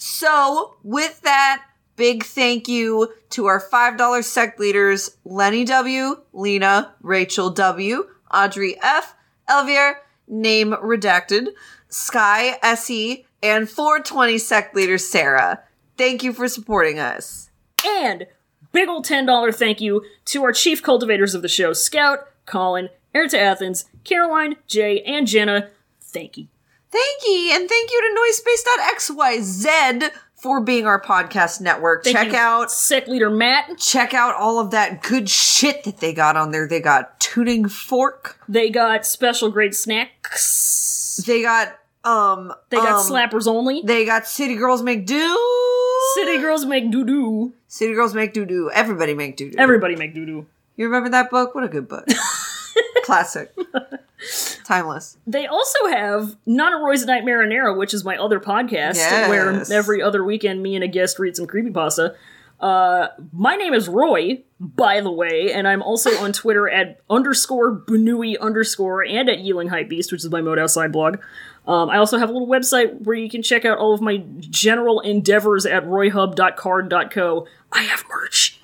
So, with that, big thank you to our $5 sect leaders Lenny W., Lena, Rachel W., Audrey F., Elvier, name redacted, Sky SE, and 420 sect leader Sarah. Thank you for supporting us.
And big ol' ten dollar thank you to our chief cultivators of the show, Scout, Colin, Air to Athens, Caroline, Jay, and Jenna. Thank you.
Thank you, and thank you to Noisepace.xyz for being our podcast network.
Thank
Check
you,
out
Sec Leader Matt.
check out all of that good shit that they got on there. They got tuning fork.
They got special grade snacks.
They got um.
They got
um,
slappers only.
They got city girls make do.
City girls make doo doo.
City girls make doo doo. Everybody make doo doo.
Everybody make doo doo.
you remember that book? What a good
[laughs]
book. Classic. Timeless.
They also have Nana Roy's Nightmare on Arrow, which is my other podcast,
Yes.
where every other weekend me and a guest read some creepypasta. Uh, my name is Roy, by the way, and I'm also on Twitter at underscore Bunui underscore and at Yeeling Hype Beast, which is my Mode Outside blog. Um, I also have a little website where you can check out all of my general endeavors at royhub.card.co. I have merch.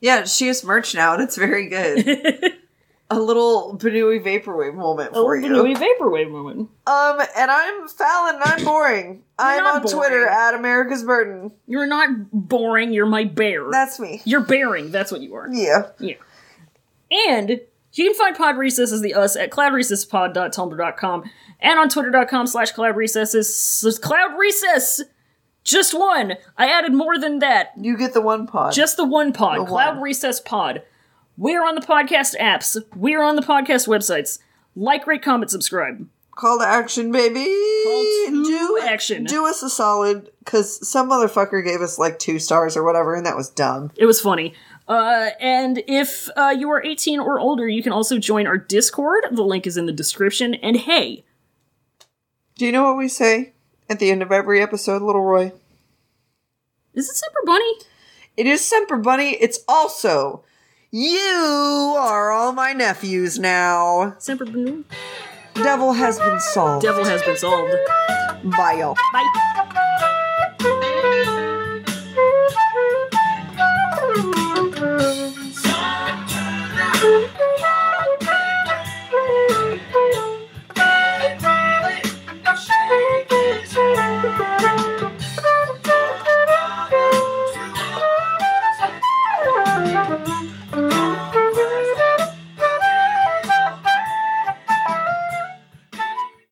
Yeah, she has merch now, and it's very good.
[laughs]
a little Benui vaporwave moment for you.
Bunui Vaporwave Woman.
Um, and I'm Fallon. and I'm boring. I'm
not
on Twitter
boring.
at America's Burden.
You're not boring, you're my bear.
That's me.
you're bearing, that's what you are.
Yeah.
Yeah. And you can find Pod Recesses the Us at cloudrecesspod.tumblr.com and on twitter.com slash cloudrecesses. Cloud Recess! Just one! I added more than that.
You get the one pod.
Just the one pod.
one.
Cloud Recess Pod. We're on the podcast apps. We're on the podcast websites. Like, rate, comment, subscribe.
Call to action, baby.
Call to
do
action.
Do us a solid, because some motherfucker gave us like two stars or whatever, and that was dumb.
It was funny. Uh, and if uh, you are 18 or older, you can also join our Discord. The link is in the description. And hey,
Do you know what we say at the end of every episode, Little Roy?
is it Super Bunny?
It is Semper Bunny. It's also you are all my nephews now.
Semper Bunny?
Devil has been solved.
Devil has been solved.
Bye, y'all.
Bye.
Thank you. Bye.